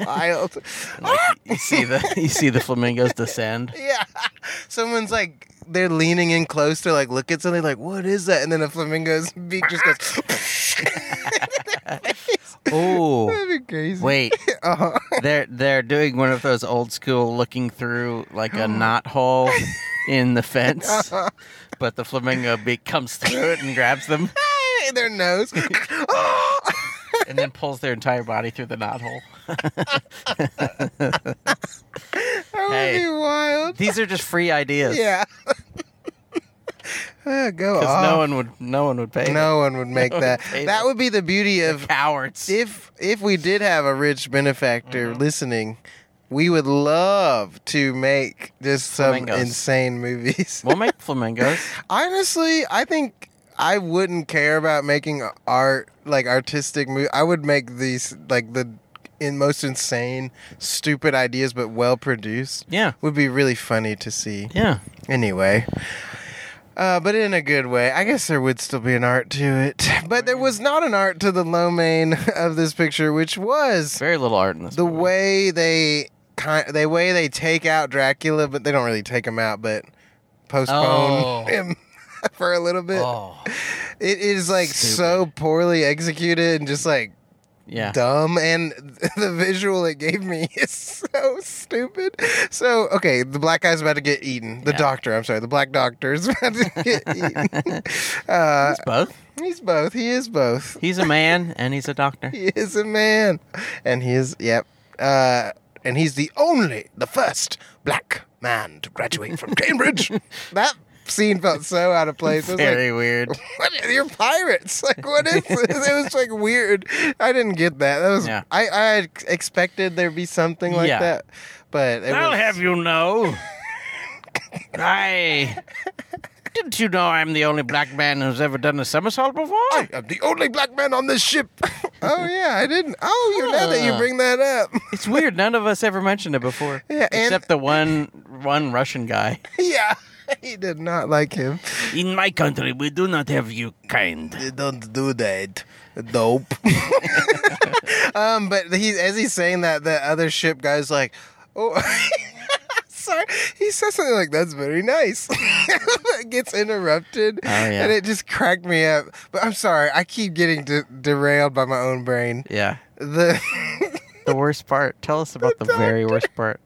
Wild.
they- like, you see the you see the flamingos descend.
Yeah. Someone's like they're leaning in close to like look at something like what is that? And then a flamingo's beak just goes.
Oh,
That'd be crazy.
wait,
Uh-huh.
they're they're doing one of those old school looking through like a knot hole in the fence, but the flamingo beak comes through it and grabs them
Their nose.
and then pulls their entire body through the knot hole.
That
Hey.
would be wild.
These are just free ideas.
Yeah. Uh, go
because
off.
no one would no one would pay.
No one would make
one
that.
would pay
that
them.
would be the beauty
them.
of
cowards.
if if we did have a rich benefactor
Mm-hmm.
listening, we would love to make just some
Flamingos.
insane movies.
We'll make flamingos.
Honestly, I think I wouldn't care about making art like artistic movie. I would make these like the in most insane, stupid ideas, but well produced.
Yeah,
Would be really funny to see.
yeah.
Anyway. Uh, but in a good way. I guess there would still be an art to it. But there was not an art to the low main of this picture, which was
Very little art in this.
the
movie.
way they kind the way they take out Dracula, but they don't really take him out, but postpone
Oh.
him for a little bit.
Oh,
It is like so poorly executed and just like
yeah.
dumb and the visual it gave me is so stupid so okay the black guy's about to get eaten the
Yeah.
doctor i'm sorry the black doctor is about to get eaten uh,
He's both.
he's both he is both
He's a man and he's a doctor.
he is a man and he is yep uh, and he's the only the first black man to graduate from cambridge that scene felt so out of place I was like,
Very weird.
what you're pirates like what is this it was like weird i didn't get that that was
Yeah.
i i expected there'd be something like
Yeah.
that but it
I'll
was,
have you know. I didn't you know I'm the only black man who's ever done a somersault before?
I am the only black man on this ship. oh yeah, I didn't. Oh, you're now that you
Huh.
bring that up.
It's weird. None of us ever mentioned it before.
Yeah, and-
except the one one Russian guy.
yeah, he did not like him.
In my country, we do not have you kind.
You don't do that. Nope. Um, but he's as he's saying that, the other ship guy's like, "Oh, sorry." He says something like, "That's very nice." It Gets interrupted,
Oh, yeah.
and it just cracked me up. But I'm sorry, I keep getting de- derailed by my own brain.
Yeah.
The
The worst part. Tell us about the, very worst part.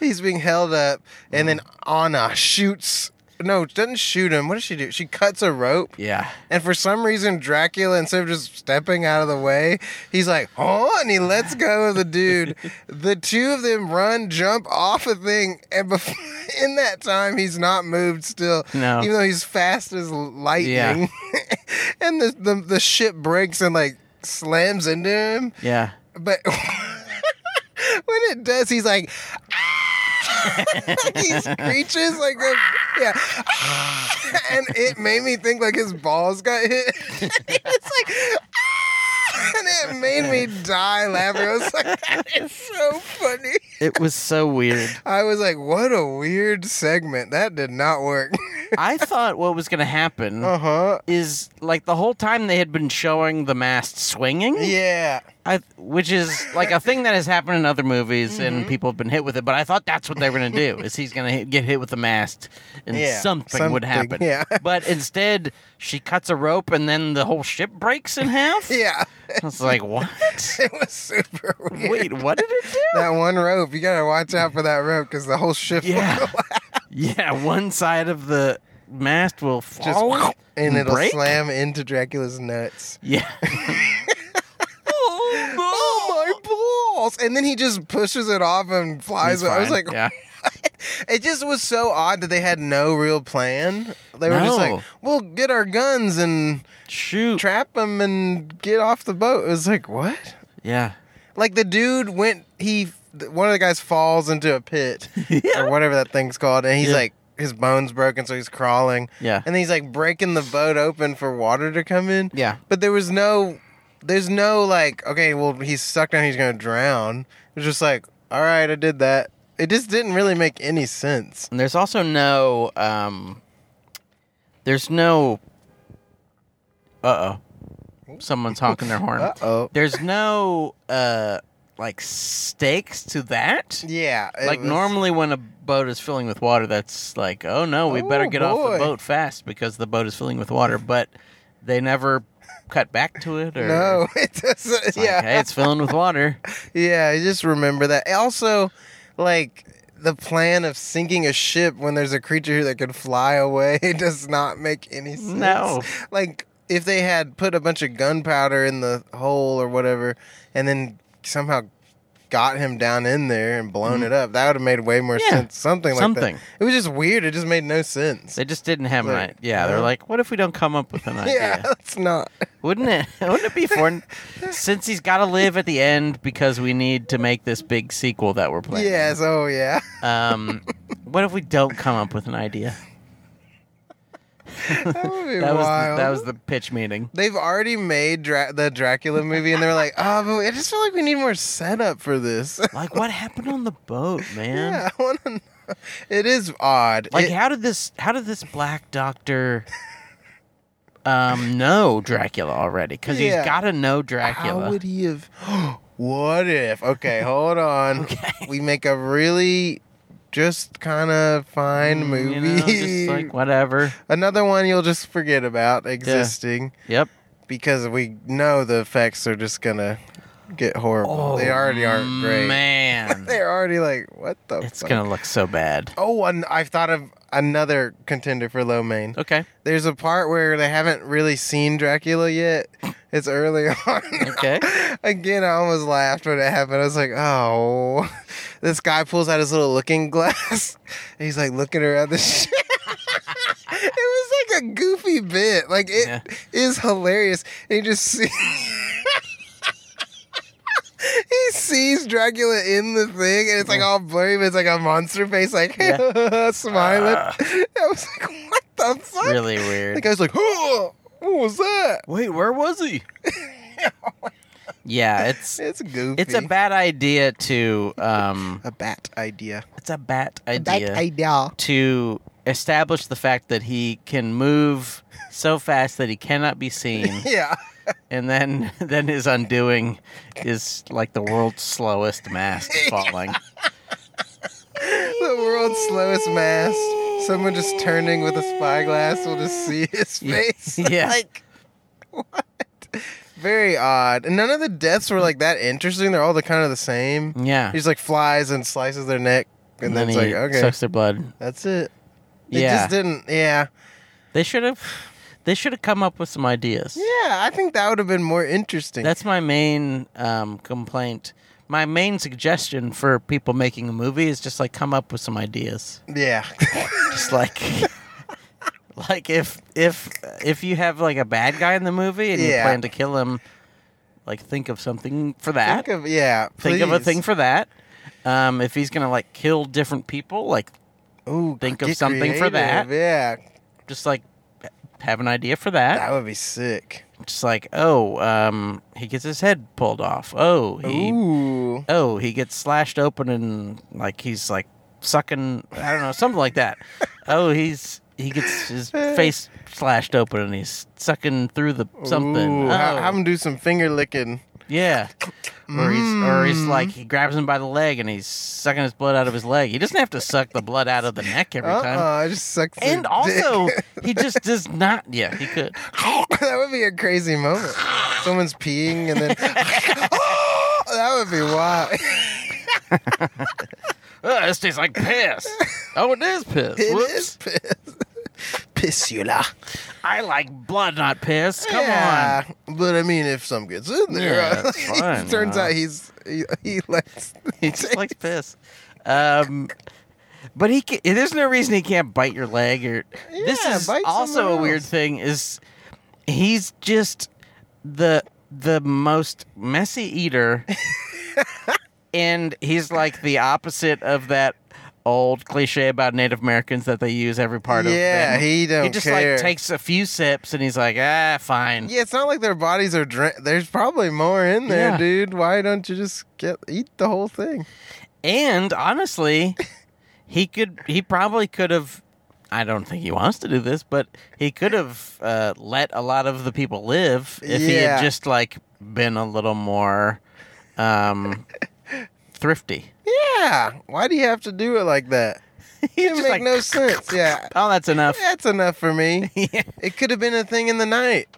he's being held up, and then
Mm.
Anna shoots. No, doesn't shoot him. What does she do? She cuts a rope.
Yeah.
And for some reason, Dracula, instead of just stepping out of the way, he's like, oh, and he lets go of the dude. the two of them run, jump off a thing, and before, in that time, he's not moved still.
No.
Even though he's fast as lightning. and the, the, the ship breaks and, like, slams into him.
Yeah.
But when it does, he's like, "Ah!" he screeches like a, yeah, and it made me think like his balls got hit. it's like, "Ah!" and it made me die laughing. I was like, that is so funny.
It was so weird.
I was like, what a weird segment. That did not work.
I thought what was going to happen
uh huh.
is like the whole time they had been showing the mast swinging,
Yeah.
I, which is like a thing that has happened in other movies and
Mm-hmm.
people have been hit with it. But I thought that's what they were going to do is he's going to get hit with the mast and
Yeah,
something, would
something,
happen.
yeah.
But instead, she cuts a rope and then the whole ship breaks in half.
Yeah.
I was like, what?
It was super weird.
Wait, what did it do?
That one rope, you gotta watch out for that rope because the whole ship will
Yeah.
collapse.
Yeah, one side of the mast will fall
just and it'll
break?
slam into Dracula's nuts.
Yeah.
Oh my balls! And then he just pushes it off and
He's
flies. away. I was
fine.
like,
yeah.
it just was so odd that they had no real plan. They were just
No.
like, we'll get our guns and
shoot.
trap them and get off the boat. It was like, what?
yeah.
Like the dude went, he one of the guys falls into a pit or whatever that thing's called, and he's
Yeah.
like. His bones broken, so he's crawling.
Yeah.
and he's like breaking the boat open for water to come in.
Yeah.
But there was no, there's no like, okay, well, he's sucked down, he's gonna drown. It's just like, all right, I did that. It just didn't really make any sense.
And there's also no um there's no uh-oh. Someone's honking their horn.
Uh-oh.
There's no uh like stakes to that.
Yeah, it
like
was-
normally when a boat is filling with water that's like oh no we better
Oh,
get off
boy.
the boat fast because the boat is filling with water but they never cut back to it or
No, it doesn't.
It's like,
yeah,
hey it's filling with water
yeah. I just remember that. Also, like the plan of sinking a ship when there's a creature that could fly away does not make any sense.
No.
like if they had put a bunch of gunpowder in the hole or whatever, and then somehow got him down in there and blown it up, that would have made way more
Mm-hmm. Yeah.
sense. Something like
Something.
that. It was just weird. It just made no sense.
they just didn't have an
Like,
idea yeah they're
no.
like what if we don't come up with an idea
yeah, it's not.
wouldn't it wouldn't it be fun since he's got to live at the end because we need to make this big sequel that we're planning
Yes. Oh yeah.
um what if we don't come up with an idea
That would be
that was the,
wild.
that was the pitch meeting
They've already made Dra- the Dracula movie, and they're like, "Oh, but I just feel like we need more setup for this."
like what happened on the boat man
yeah, I want to know. It is odd.
Like
It-
how did this how did this black doctor um know Dracula already cuz
Yeah.
he's got to know
how
Dracula.
would he have? what if? Okay, hold on.
Okay.
We make a really just kind of fine
Mm,
movie.
you know, just like whatever.
Another one you'll just forget about existing
Yep.
because we know the effects are just gonna get horrible. they already aren't great.
Man.
They're already like, what the?
it's
fuck?
going to look so bad.
Oh, and I've thought of another contender for low main.
Okay.
There's a part where they haven't really seen Dracula yet. It's early on.
Okay.
Again, I almost laughed when it happened. I was like, oh. This guy pulls out his little looking glass. And he's like looking around the ship. it was like a goofy bit. Like it is
Yeah.
hilarious. And you just see He sees Dracula in the thing and it's like all blurry, but it's like a monster face, like smiling.
Ah.
I was like, what the fuck?
really
The
weird.
guy's like, oh, what was that?
Wait, where was he? yeah, it's
It's goofy.
it's a bad idea to um
a bat idea.
it's a bat
Bat idea.
to establish the fact that he can move so fast that he cannot be seen
Yeah.
and then then his undoing is like the world's slowest mast falling.
the world's slowest mast. Someone just turning with a spyglass will just see his face.
yeah.
like what? Very odd. And none of the deaths were like that interesting. They're all the kind of the same.
Yeah,
He just like flies and slices their neck, and, then,
Mm. he
it's like okay,
sucks their blood.
that's it. They
Yeah.
just didn't. Yeah,
They should have they should have come up with some ideas.
yeah. I think that would have been more interesting.
That's my main um, complaint. My main suggestion for people making a movie is just like come up with some ideas.
yeah.
Just like like if if if you have like a bad guy in the movie and you
Yeah.
plan to kill him, like think of something for that.
think of yeah.
Think of a
please.
thing for that. Um, if he's gonna like kill different people, like
Ooh,
think of
get
something for that.
creative, Yeah,
just like have an idea for that.
that would be sick.
just like oh um he gets his head pulled off oh he
Ooh,
oh he gets slashed open and like he's like sucking i don't know something like that oh he's he gets his face slashed open and he's sucking through the something
Ooh,
oh,
ha- have him do some finger licking.
yeah or he's or he's
Mm.
like he grabs him by the leg and he's sucking his blood out of his leg he doesn't have to suck the blood out of the neck every
Uh
time
uh, just sucks.
and
their
also
dick.
he just does not yeah he could
that would be a crazy moment. Someone's peeing and then that would be wild.
Ugh, Oh, this tastes like piss oh it is piss
It
Whoops.
is piss. Pissula.
I like blood, not piss. Come
yeah. on. But I mean, if some gets in there,
Yeah, that's fine,
it turns
you know.
out he's he, he likes.
on. He just likes piss. Um, but he can, there's no reason he can't bite your leg or. this
Yeah,
is
bite
also a
someone
weird
else.
thing. Is he's just the the most messy eater, and he's like the opposite of that old cliche about Native Americans that they use every part of.
Yeah,
them.
he don't
He just
care.
like takes a few sips and he's like, ah, fine.
Yeah, it's not like their bodies are drink. There's probably more in there,
Yeah.
dude. Why don't you just get eat the whole thing?
And honestly, he could he probably could have I don't think he wants to do this, but he could have uh, let a lot of the people live if he had
Yeah.
just like been a little more um, thrifty.
Yeah. Why do you have to do it like that?
He
It
was
make
like,
no sense. Yeah.
Oh, that's enough.
That's enough for me.
Yeah.
It could have been a thing in the night.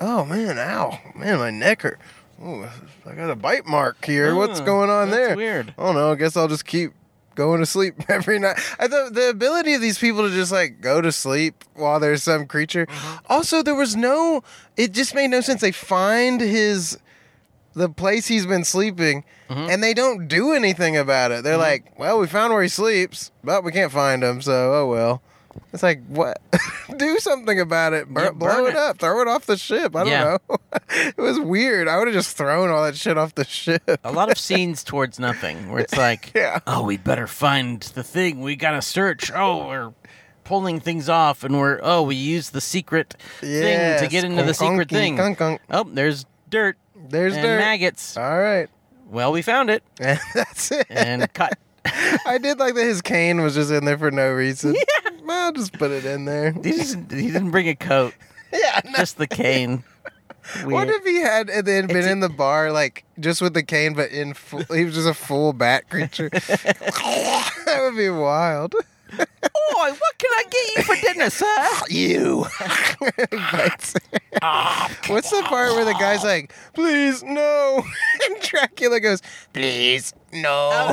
Oh man, ow. Man, my neck hurt. Ooh, I got a bite mark here. What's
Oh,
going on
that's
there?
Weird.
I don't know. I guess I'll just keep going to sleep every night. I thought the ability of these people to just like go to sleep while there's some creature.
Mm-hmm.
Also, there was no. It just made no sense. They find his the place he's been sleeping,
Mm-hmm.
and they don't do anything about it. They're like, "Well, we found where he sleeps, but we can't find him. So, oh well." It's like, what? do something about it. Bur-
Yeah, burn
blow it
it.
up. Throw it off the ship. I don't
Yeah.
know. it was weird. I would have just thrown all that shit off the ship.
A lot of scenes towards nothing where it's like,
Yeah.
oh, we better find the thing. We got to search. Oh, we're pulling things off and we're, oh, we use the secret thing
Yes.
to get into the
Conk,
secret
conk,
thing.
conk, conk.
Oh, there's dirt
There's
and
dirt.
maggots.
All right.
Well, we found it
And that's it.
and cut.
I did like that his cane was just in there for no reason. Yeah. I'll just put it in there.
He, just, he didn't bring a coat,
Yeah. No.
just the cane.
What
Weird.
if he had and then been in the bar like just with the cane, but in full, he was just a full bat creature? that would be wild.
Boy, what can I get you for dinner, sir?
You. Bites. What's the part where the guy's like, "Please no," and Dracula goes, "Please
Oh,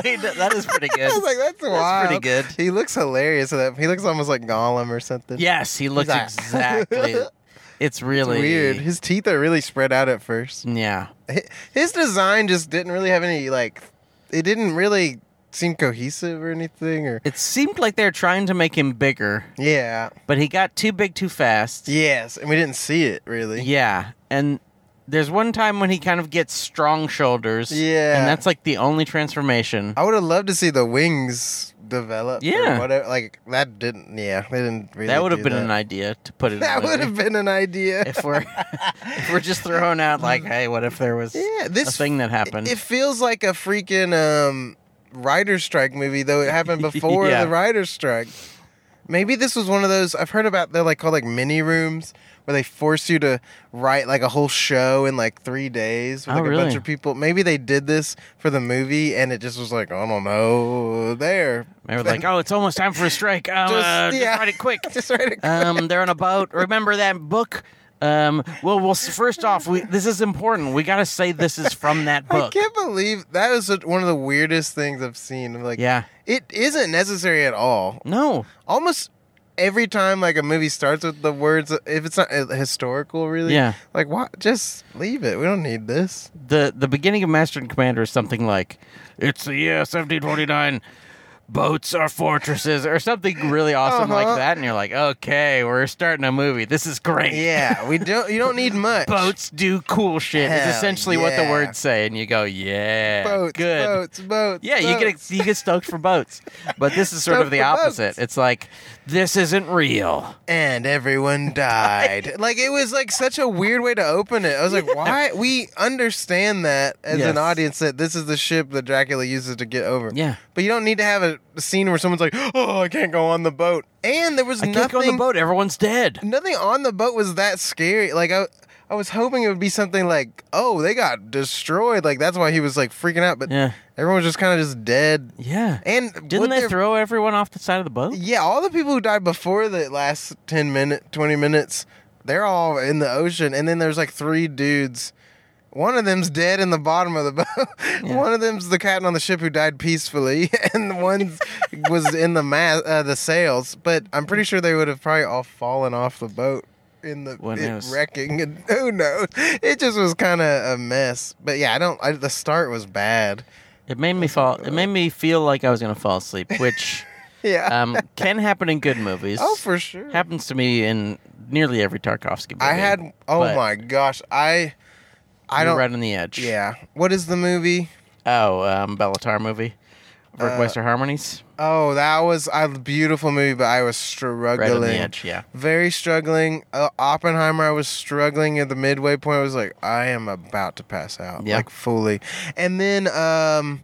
no."
he d- that is pretty good.
I was like, "That's wild."
pretty good.
He looks hilarious. in that he looks almost like Gollum or something.
Yes, he looks
like-
exactly. It's
It's
really Mm.
weird. His teeth are really spread out at first.
Yeah.
Hi- His design just didn't really have any like. It didn't really seem cohesive or anything. Or
It seemed like they're trying to make him bigger,
yeah,
but he got too big too fast.
yes, and we didn't see it really.
Yeah. And there's one time when he kind of gets strong shoulders.
Yeah.
And that's like the only transformation.
I would have loved to see the wings develop. or
Yeah.
whatever. Like that didn't. Yeah, they didn't really.
that would have
do
been
that.
an idea to put it in
That
the
would
movie.
have been an idea.
if we're if we're just throwing out like, hey, what if there was
Yeah,
a
this
thing that happened?
It feels like a freaking um writer strike movie, though it happened before
Yeah.
the writer strike. Maybe this was one of those I've heard about. They're like called like mini rooms where they force you to write like a whole show in like three days with
Oh,
like a bunch
really?
of people. Maybe they did this for the movie, and it just was like, I don't know, there.
They were like, "Oh, it's almost time for a strike. Oh, uh, just write it quick."
just write it.
Um, they're on a boat. Remember that book? Um, well, well. s- First off, we this is important. We gotta say this is from that
I
book.
can't believe that was such- one of the weirdest things I've seen. I'm like,
Yeah.
it isn't necessary at all.
No,
Almost every time like a movie starts with the words, if it's not uh, historical, really,
Yeah.
Like, why? Just leave it. We don't need this.
the the beginning of Master and Commander is something like, "It's the year 1749." Boats are fortresses, or something really awesome
Uh-huh.
like that, and you're like, "Okay, we're starting a movie. This is great."
Yeah, we don't. You don't need much.
boats do cool shit.
Hell
is essentially what the
yeah.
words say, and you go, "Yeah,
boats,
good."
boats, boats.
Yeah, you
boats.
get you get stoked for boats, but this is sort
Stoked
of the
for boats.
opposite. It's like this isn't real.
and everyone died. like it was like such a weird way to open it. I was like, why? We understand that as
Yes.
an audience that this is the ship that Dracula uses to get over.
Yeah.
but you don't need to have a scene where someone's like, oh, I can't go on the boat, and there was
I
nothing.
can't go on the boat. Everyone's dead.
nothing on the boat was that scary. Like I, I was hoping it would be something like, oh, they got destroyed. Like that's why he was like freaking out. But
Yeah.
everyone was just kind of just dead.
Yeah.
And
Didn't
would
they
there-
throw everyone off the side of the boat?
Yeah, all the people who died before the last ten minute, twenty minutes, they're all in the ocean. And then there's like three dudes. One of them's dead in the bottom of the boat. One of them's the captain on the ship who died peacefully, and one was in the ma- uh, the sails. But I'm pretty sure they would have probably all fallen off the boat in the
When
it
it was-
wrecking. And who knows? It just was kind of a mess. But yeah, I don't. I, the start was bad.
It made me fall. It made me feel like I was gonna fall asleep, which
Yeah.
um, can happen in good movies.
oh, for sure.
happens to me in nearly every Tarkovsky movie.
I had oh
but
my gosh, I I
you're
don't
right on the edge.
yeah. What is the movie?
Oh, um, Bellatar movie,
Uh,
Bergmeister Harmonies.
Oh, that was a beautiful movie, but I was struggling.
Right on the edge. Yeah.
Very struggling. Uh, Oppenheimer, I was struggling at the midway point. I was like, I am about to pass out,
Yeah.
like fully. And then, um,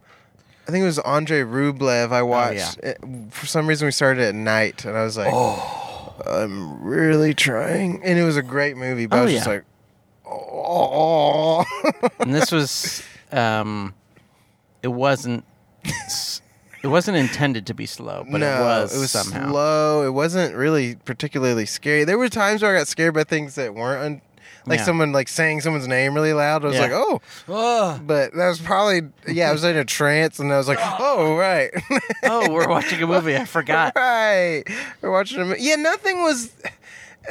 I think it was Andre Rublev.
Oh,
I watched. It- for some reason, we started at night, and I was like,
Oh.
I'm really trying. And it was a great movie, but I
Oh,
was just
yeah.
like, oh.
and this was um it wasn't s- it wasn't intended to be slow but it was somehow
slow. It wasn't really particularly scary. There were times where I got scared by things that weren't un- like
Yeah.
someone like saying someone's name really loud. I was
Yeah.
like, oh,
oh,
but that was probably yeah. I was in a trance and I was like, oh right,
oh we're watching a movie i forgot
right. We're watching a mo- yeah. Nothing was.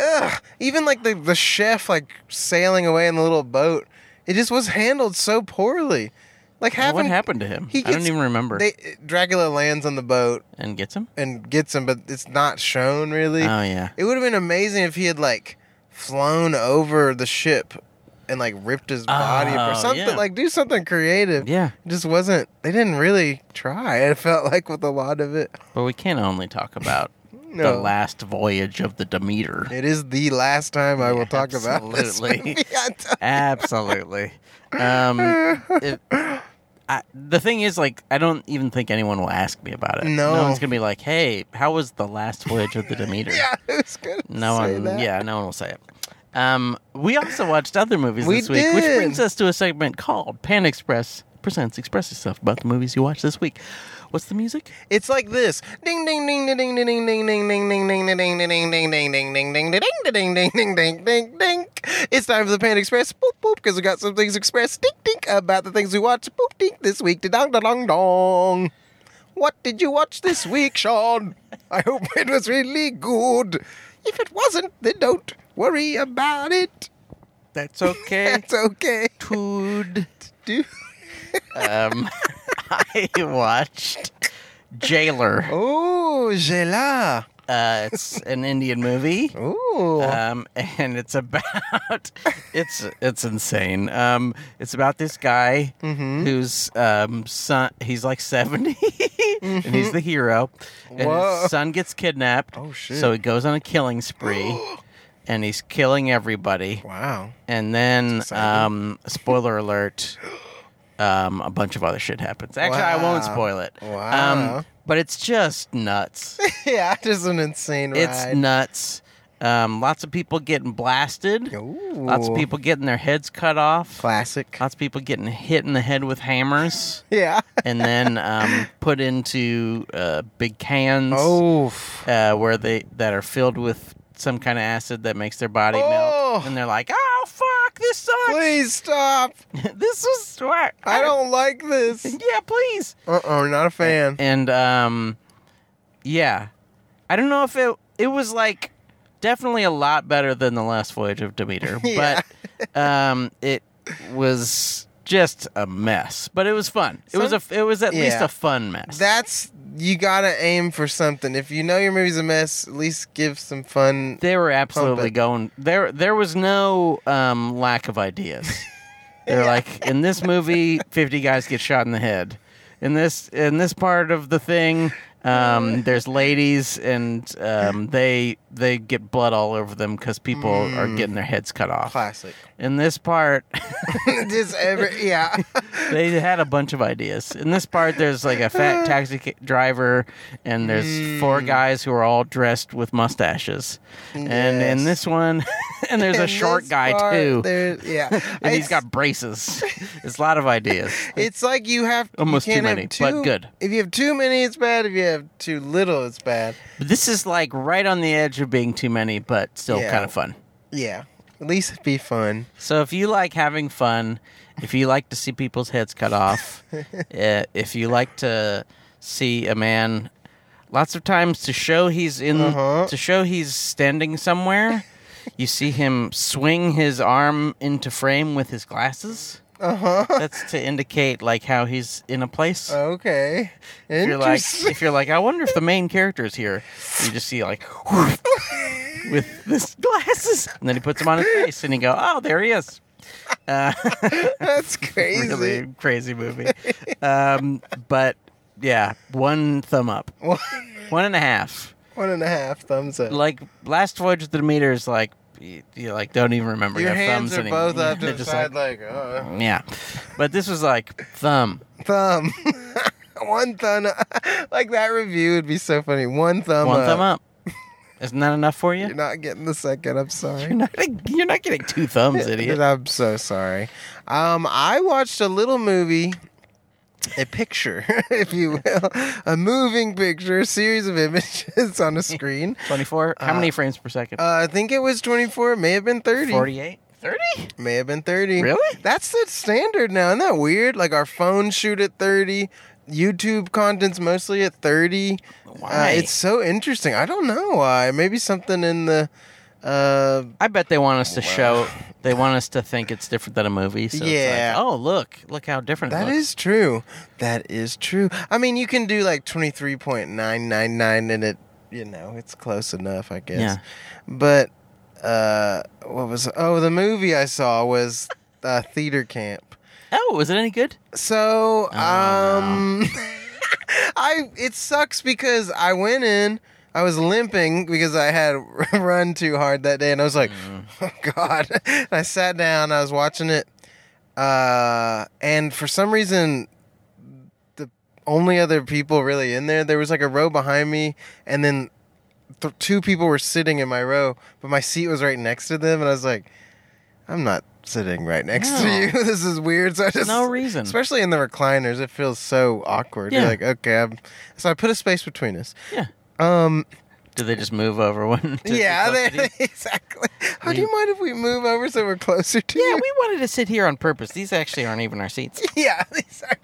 Ugh. Even like the the chef like sailing away in the little boat. It just was handled so poorly. Like happened.
what happened to him
he
i don't
gets-
even remember
They Dracula lands on the boat
and gets him
and gets him, but it's not shown really.
oh yeah
It would have been amazing if he had like flown over the ship and like ripped his body up or
Oh,
something.
yeah.
Like do something creative.
yeah
It just wasn't. They didn't really try. It felt like with a lot of it.
but we can't only talk about
No.
the last voyage of the demeter
It is the last time I will talk about this.
Absolutely.
movie. I don't-
absolutely um it- I, the thing is, like, I don't even think anyone will ask me about it.
No.
one's gonna be like, "Hey, how was the last voyage of the Demeter?"
yeah, who's gonna
No
say
one,
that?
yeah, no one will say it. Um, we also watched other movies
We
this week, which
did.
brings us to a segment called Pan Express presents Express Yourself about the movies you watched this week. What's the music?
It's like this. Ding ding ding ding ding ding ding ding ding ding ding ding ding ding ding ding ding ding ding ding ding ding ding ding ding ding. It's time for the Pan Express. Boop boop because we got some things expressed. Ding ding about the things we watched. Boop ding this week. Dong dong dong. What did you watch this week, Sean? I hope it was really good. If it wasn't, then don't worry about it.
That's okay.
That's okay.
Dude.
Dude.
Um, I watched Jailer.
Oh, Jela.
Uh, it's an Indian movie.
Oh.
Um, and it's about it's it's insane. Um, it's about this guy
Mm-hmm.
whose um son he's like 70 and he's the hero, and
Mm-hmm. Whoa.
his son gets kidnapped.
Oh, shit.
So he goes on a killing spree, and he's killing everybody.
wow.
And then,
exciting.
um, spoiler alert, um, a bunch of other shit happens. Actually, I won't
Wow.
spoil it.
Wow.
Um, but it's just nuts.
yeah, just an insane ride.
It's nuts. Um, lots of people getting blasted. Lots
Ooh.
of people getting their heads cut off.
Classic.
Lots of people getting hit in the head with hammers
Yeah.
and then um, put into uh, big cans
Oh. f-
uh, where they that are filled with some kind of acid that makes their body
Oh.
melt. And they're like, "Oh fuck, this sucks.
Please stop.
this was I,
I don't like this.
Yeah, please."
Uh oh, not a fan.
And um, yeah, I don't know if it it was like definitely a lot better than the last voyage of Demeter,
Yeah.
but um, it was just a mess. But it was fun. It was a it was at least
Yeah.
a fun mess.
That's you gotta aim for something. If you know your movie's a mess, at least give some fun.
They were absolutely
it.
going there. There was no um, lack of ideas. They're like in this movie, fifty guys get shot in the head. In this in this part of the thing, um, there's ladies and um, they they get blood all over them because people are getting their heads cut off.
Classic.
In this part,
Just every yeah.
they had a bunch of ideas. In this part, there's like a fat taxi ca- driver, and there's four
Hmm.
guys who are all dressed with mustaches. And in
Yes.
this one, and there's a
In
short
this
guy
part,
too,
there- yeah,
and he's
It's-
got braces. It's a lot of ideas.
It's like you have you
Almost too
can't have
many, but
too-
good.
If you have too many, it's bad. If you have too little, it's bad.
But this is like right on the edge of being too many, but still
Yeah.
kind of fun.
Yeah, at least be fun.
So if you like having fun, if you like to see people's heads cut off, uh, if you like to see a man, lots of times to show he's in,
Uh-huh.
to show he's standing somewhere, you see him swing his arm into frame with his glasses.
Uh huh.
That's to indicate like how he's in a place.
Okay.
If you're like,
Interesting.
if you're like, I wonder if the main character is here. You just see like, with this glasses, and then he puts them on his face, and you go, oh, there he is. Uh,
That's crazy.
really crazy movie. Um, but yeah, one thumb up,
One,
one and a half.
one and a half thumbs up.
Like last voyage of the Demeter is like you, you like don't even remember
Your
you have
hands
thumbs
are
anymore.
both up to
They're
the
just
side,
like,
like, uh,
yeah, but this was like thumb.
thumb. one thumb. like that review would be so funny. One thumb.
one
up.
thumb up. Isn't that enough for you?
You're not getting the second. I'm sorry.
You're not, you're not getting two thumbs, idiot.
I'm so sorry. Um, I watched a little movie, a picture, if you will, a moving picture, a series of images on a screen.
24. How many frames per second?
Uh, I think it was 24. It may have been 30.
48. 30?
May have been 30.
Really?
That's the standard now. Isn't that weird? Like our phones shoot at 30. YouTube content's mostly at 30.
Why?
Uh, it's so interesting. I don't know why. Maybe something in the. Uh,
I bet they want us to show. They want us to think it's different than a movie. So
Yeah.
It's like, oh, look, look how different.
That
it
is
looks.
true. That is true. I mean, you can do like 23.999 and it, you know, it's close enough, I guess.
Yeah.
But uh what was Oh, the movie I saw was uh, Theater Camp.
Oh, was it any good?
So,
no.
um I it sucks because I went in I was limping because I had run too hard that day, and I was like,
Mm.
"Oh God!" And I sat down. I was watching it, uh, and for some reason, the only other people really in there, there was like a row behind me, and then th- two people were sitting in my row, but my seat was right next to them, and I was like, "I'm not sitting right next to
No.
you. this is weird." So I just
No reason.
especially in the recliners, it feels so awkward. You're
Yeah.
like, okay, I'm... so I put a space between us.
Yeah.
Um.
Do they just move over one? to-
yeah.
close to
They,
these?
exactly. How do
We-
you mind if we move over so we're closer to
yeah,
you?
we wanted to sit here on purpose. These actually aren't even our seats.
yeah. These are,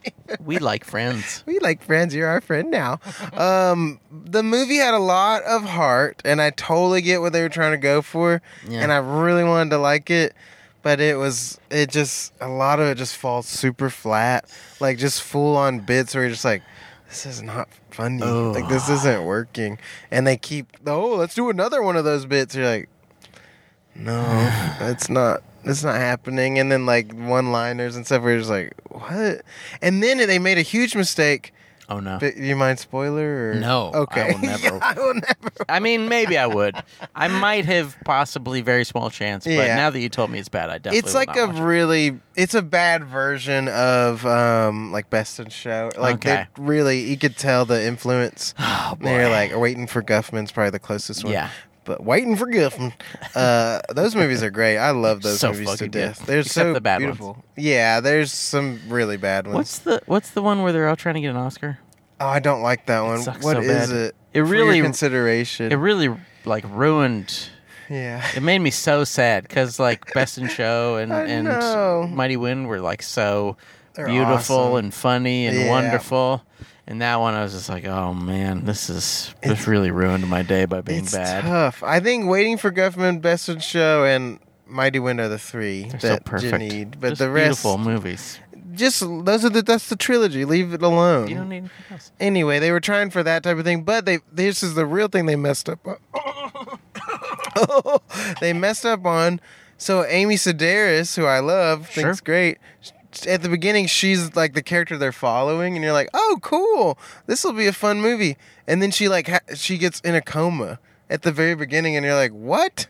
We like friends.
we like friends. You're our friend now. Um. The movie had a lot of heart, and I totally get what they were trying to go for,
Yeah.
and I really wanted to like it. But it was, it just, a lot of it just falls super flat. Like, just full on bits where you're just like, this is not funny.
Ugh.
Like this isn't working. And they keep oh, let's do another one of those bits. You're like, no, that's not that's not happening. And then like one liners and stuff. We're just like, what? And then they made a huge mistake.
Oh no.
But you mind spoiler? Or?
No, I
Okay.
will never.
Yeah, I will never.
I mean, maybe I would. I might have possibly very small chance, but
Yeah.
now that you told me it's bad, I definitely.
It's
will
like
not
a
watch it.
really, it's a bad version of um like Best in Show. Like
Okay.
they really, you could tell the influence.
Oh, boy.
They're like waiting for Guffman's probably the closest one.
Yeah.
but waiting for Guffman. Uh, those movies are great. I love those
So
movies to
fucking good.
death. They're
Except
so
the bad ones.
beautiful. Yeah, there's some really bad ones.
What's the What's the one where they're all trying to get an Oscar?
oh, I don't like that one. What
sucks
is
so bad.
it?
It
For your
really-
consideration.
It really like ruined.
yeah.
It made me so sad because like Best in Show and
I know.
and Mighty Wind were like so
They're
beautiful
awesome.
and funny and
Yeah.
wonderful. And that one, I was just like, oh man, this is this really ruined my day by being
It's
bad.
tough. I think Waiting for Guffman, Best in Show, and Mighty Wind are the 3
They're so
that
perfect.
you need. But
Just
the rest,
beautiful movies.
just those are the that's the trilogy. Leave it alone.
You don't need anything else.
anyway, they were trying for that type of thing, but they this is the real thing they messed up on. they messed up on. So Amy Sedaris, who I love,
Sure.
thinks great. At the beginning, she's like the character they're following, and you're like, "Oh, cool! This will be a fun movie." And then she like ha- she gets in a coma at the very beginning, and you're like, "What?"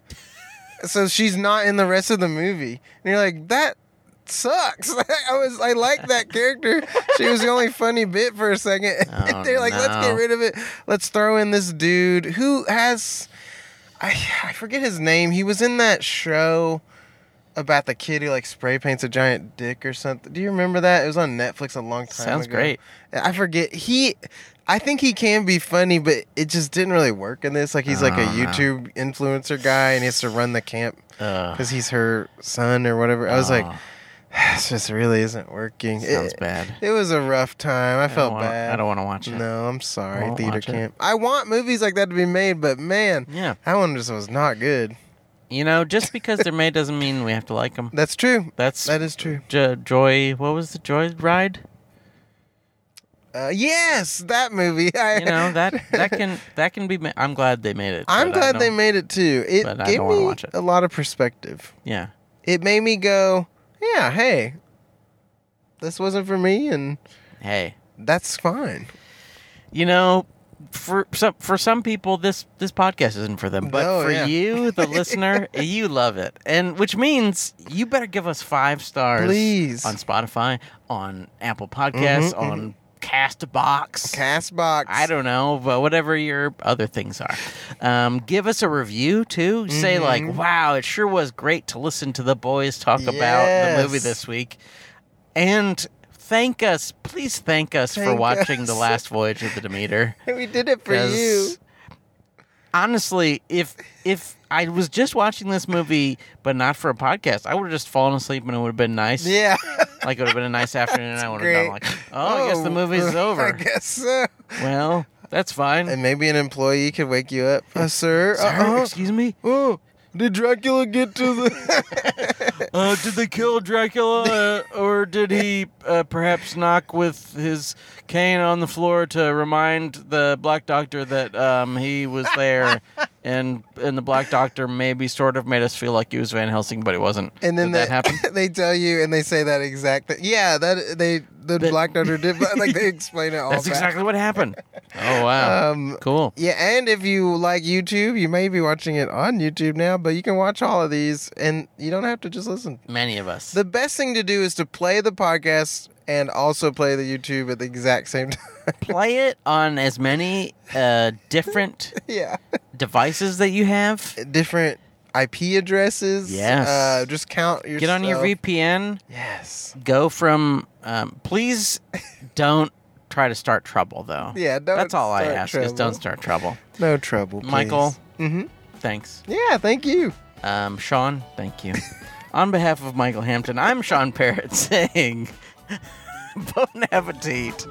so she's not in the rest of the movie, and you're like, "That sucks. I was I like that character. She was the only funny bit for a second. And
Oh,
they're like, let's get
no.
rid of it. Let's throw in this dude who has I I forget his name. He was in that show about the kid who like spray paints a giant dick or something. Do you remember that? It was on Netflix a long time
Sounds
ago.
great.
I forget. He I think he can be funny, but it just didn't really work in this. Like he's like a
Oh, no.
YouTube influencer guy and he has to run the camp
Ugh.
because he's her son or whatever. I was like,
Oh,
this just really isn't working.
sounds
it,
bad.
it was a rough time. I,
I
felt
don't wanna-
bad.
I don't want to watch it.
No, I'm sorry,
won't
theater
watch it.
camp. I want movies like that to be made, but man,
Yeah,
that one just was not good.
you know, just because they're made doesn't mean we have to like them.
That's true.
That's
That is true.
Jo- Joy. What was the Joy Ride?
Uh, yes, that movie. I,
You know that that can that can be. Ma- I'm glad they made it.
I'm
but I
glad they
don't-
made it too. It
but I
gave
don't wanna
me
watch it.
a lot of perspective.
Yeah,
It made me go, yeah, hey, this wasn't for me, and
hey,
that's fine.
you know, for some for some people, this this podcast isn't for them, but
No,
for
yeah.
you, the listener, you love it, and which means you better give us five stars,
Please. Mm-hmm,
on Spotify, on Apple Podcasts, on Castbox.
Castbox.
I don't know, but whatever your other things are, um, give us a review too. Say
Mm-hmm.
like, "Wow, it sure was great to listen to the boys talk about the movie
Yes.
this week," and thank us. Please thank us for
Thank
watching
us.
the last voyage of the Demeter.
We did it for you.
'Cause Honestly, if if I was just watching this movie but not for a podcast, I would have just fallen asleep and it would have been nice.
Yeah.
Like it would have been a nice afternoon. and I would have
great.
done like, oh, I guess the movie's
I
over.
guess so.
Well, that's fine.
And maybe an employee could wake you up, uh, sir.
Sir,
Uh-huh.
excuse me.
Oh, did Dracula get to the?
Uh, did they kill Dracula, uh, or did he uh, perhaps knock with his cane on the floor to remind the Black Doctor that um, he was there, and and the Black Doctor maybe sort of made us feel like he was Van Helsing, but he wasn't.
and then
did that
they-
happen.
they tell you, and they say that exact. Thing. Yeah, that they the
That-
black doctor did, but like they explain it all.
That's
back.
exactly what happened. Oh wow,
Um,
cool.
yeah, and if you like YouTube, you may be watching it on YouTube now, but you can watch all of these, and you don't have to just listen.
Many of us.
The best thing to do is to play the podcast and also play the YouTube at the exact same time.
Play it on as many uh, different
yeah.
devices that you have.
different IP addresses.
Yes.
Uh, just count yourself.
Get on your VPN.
Yes.
go from um, please don't try to start trouble though
Yeah, don't
that's all i
start
ask is
trouble.
don't start trouble
No trouble,
michael
Mm-hmm.
thanks
Yeah, thank you.
um, sean thank you on behalf of michael hampton i'm sean parrott saying bon appetit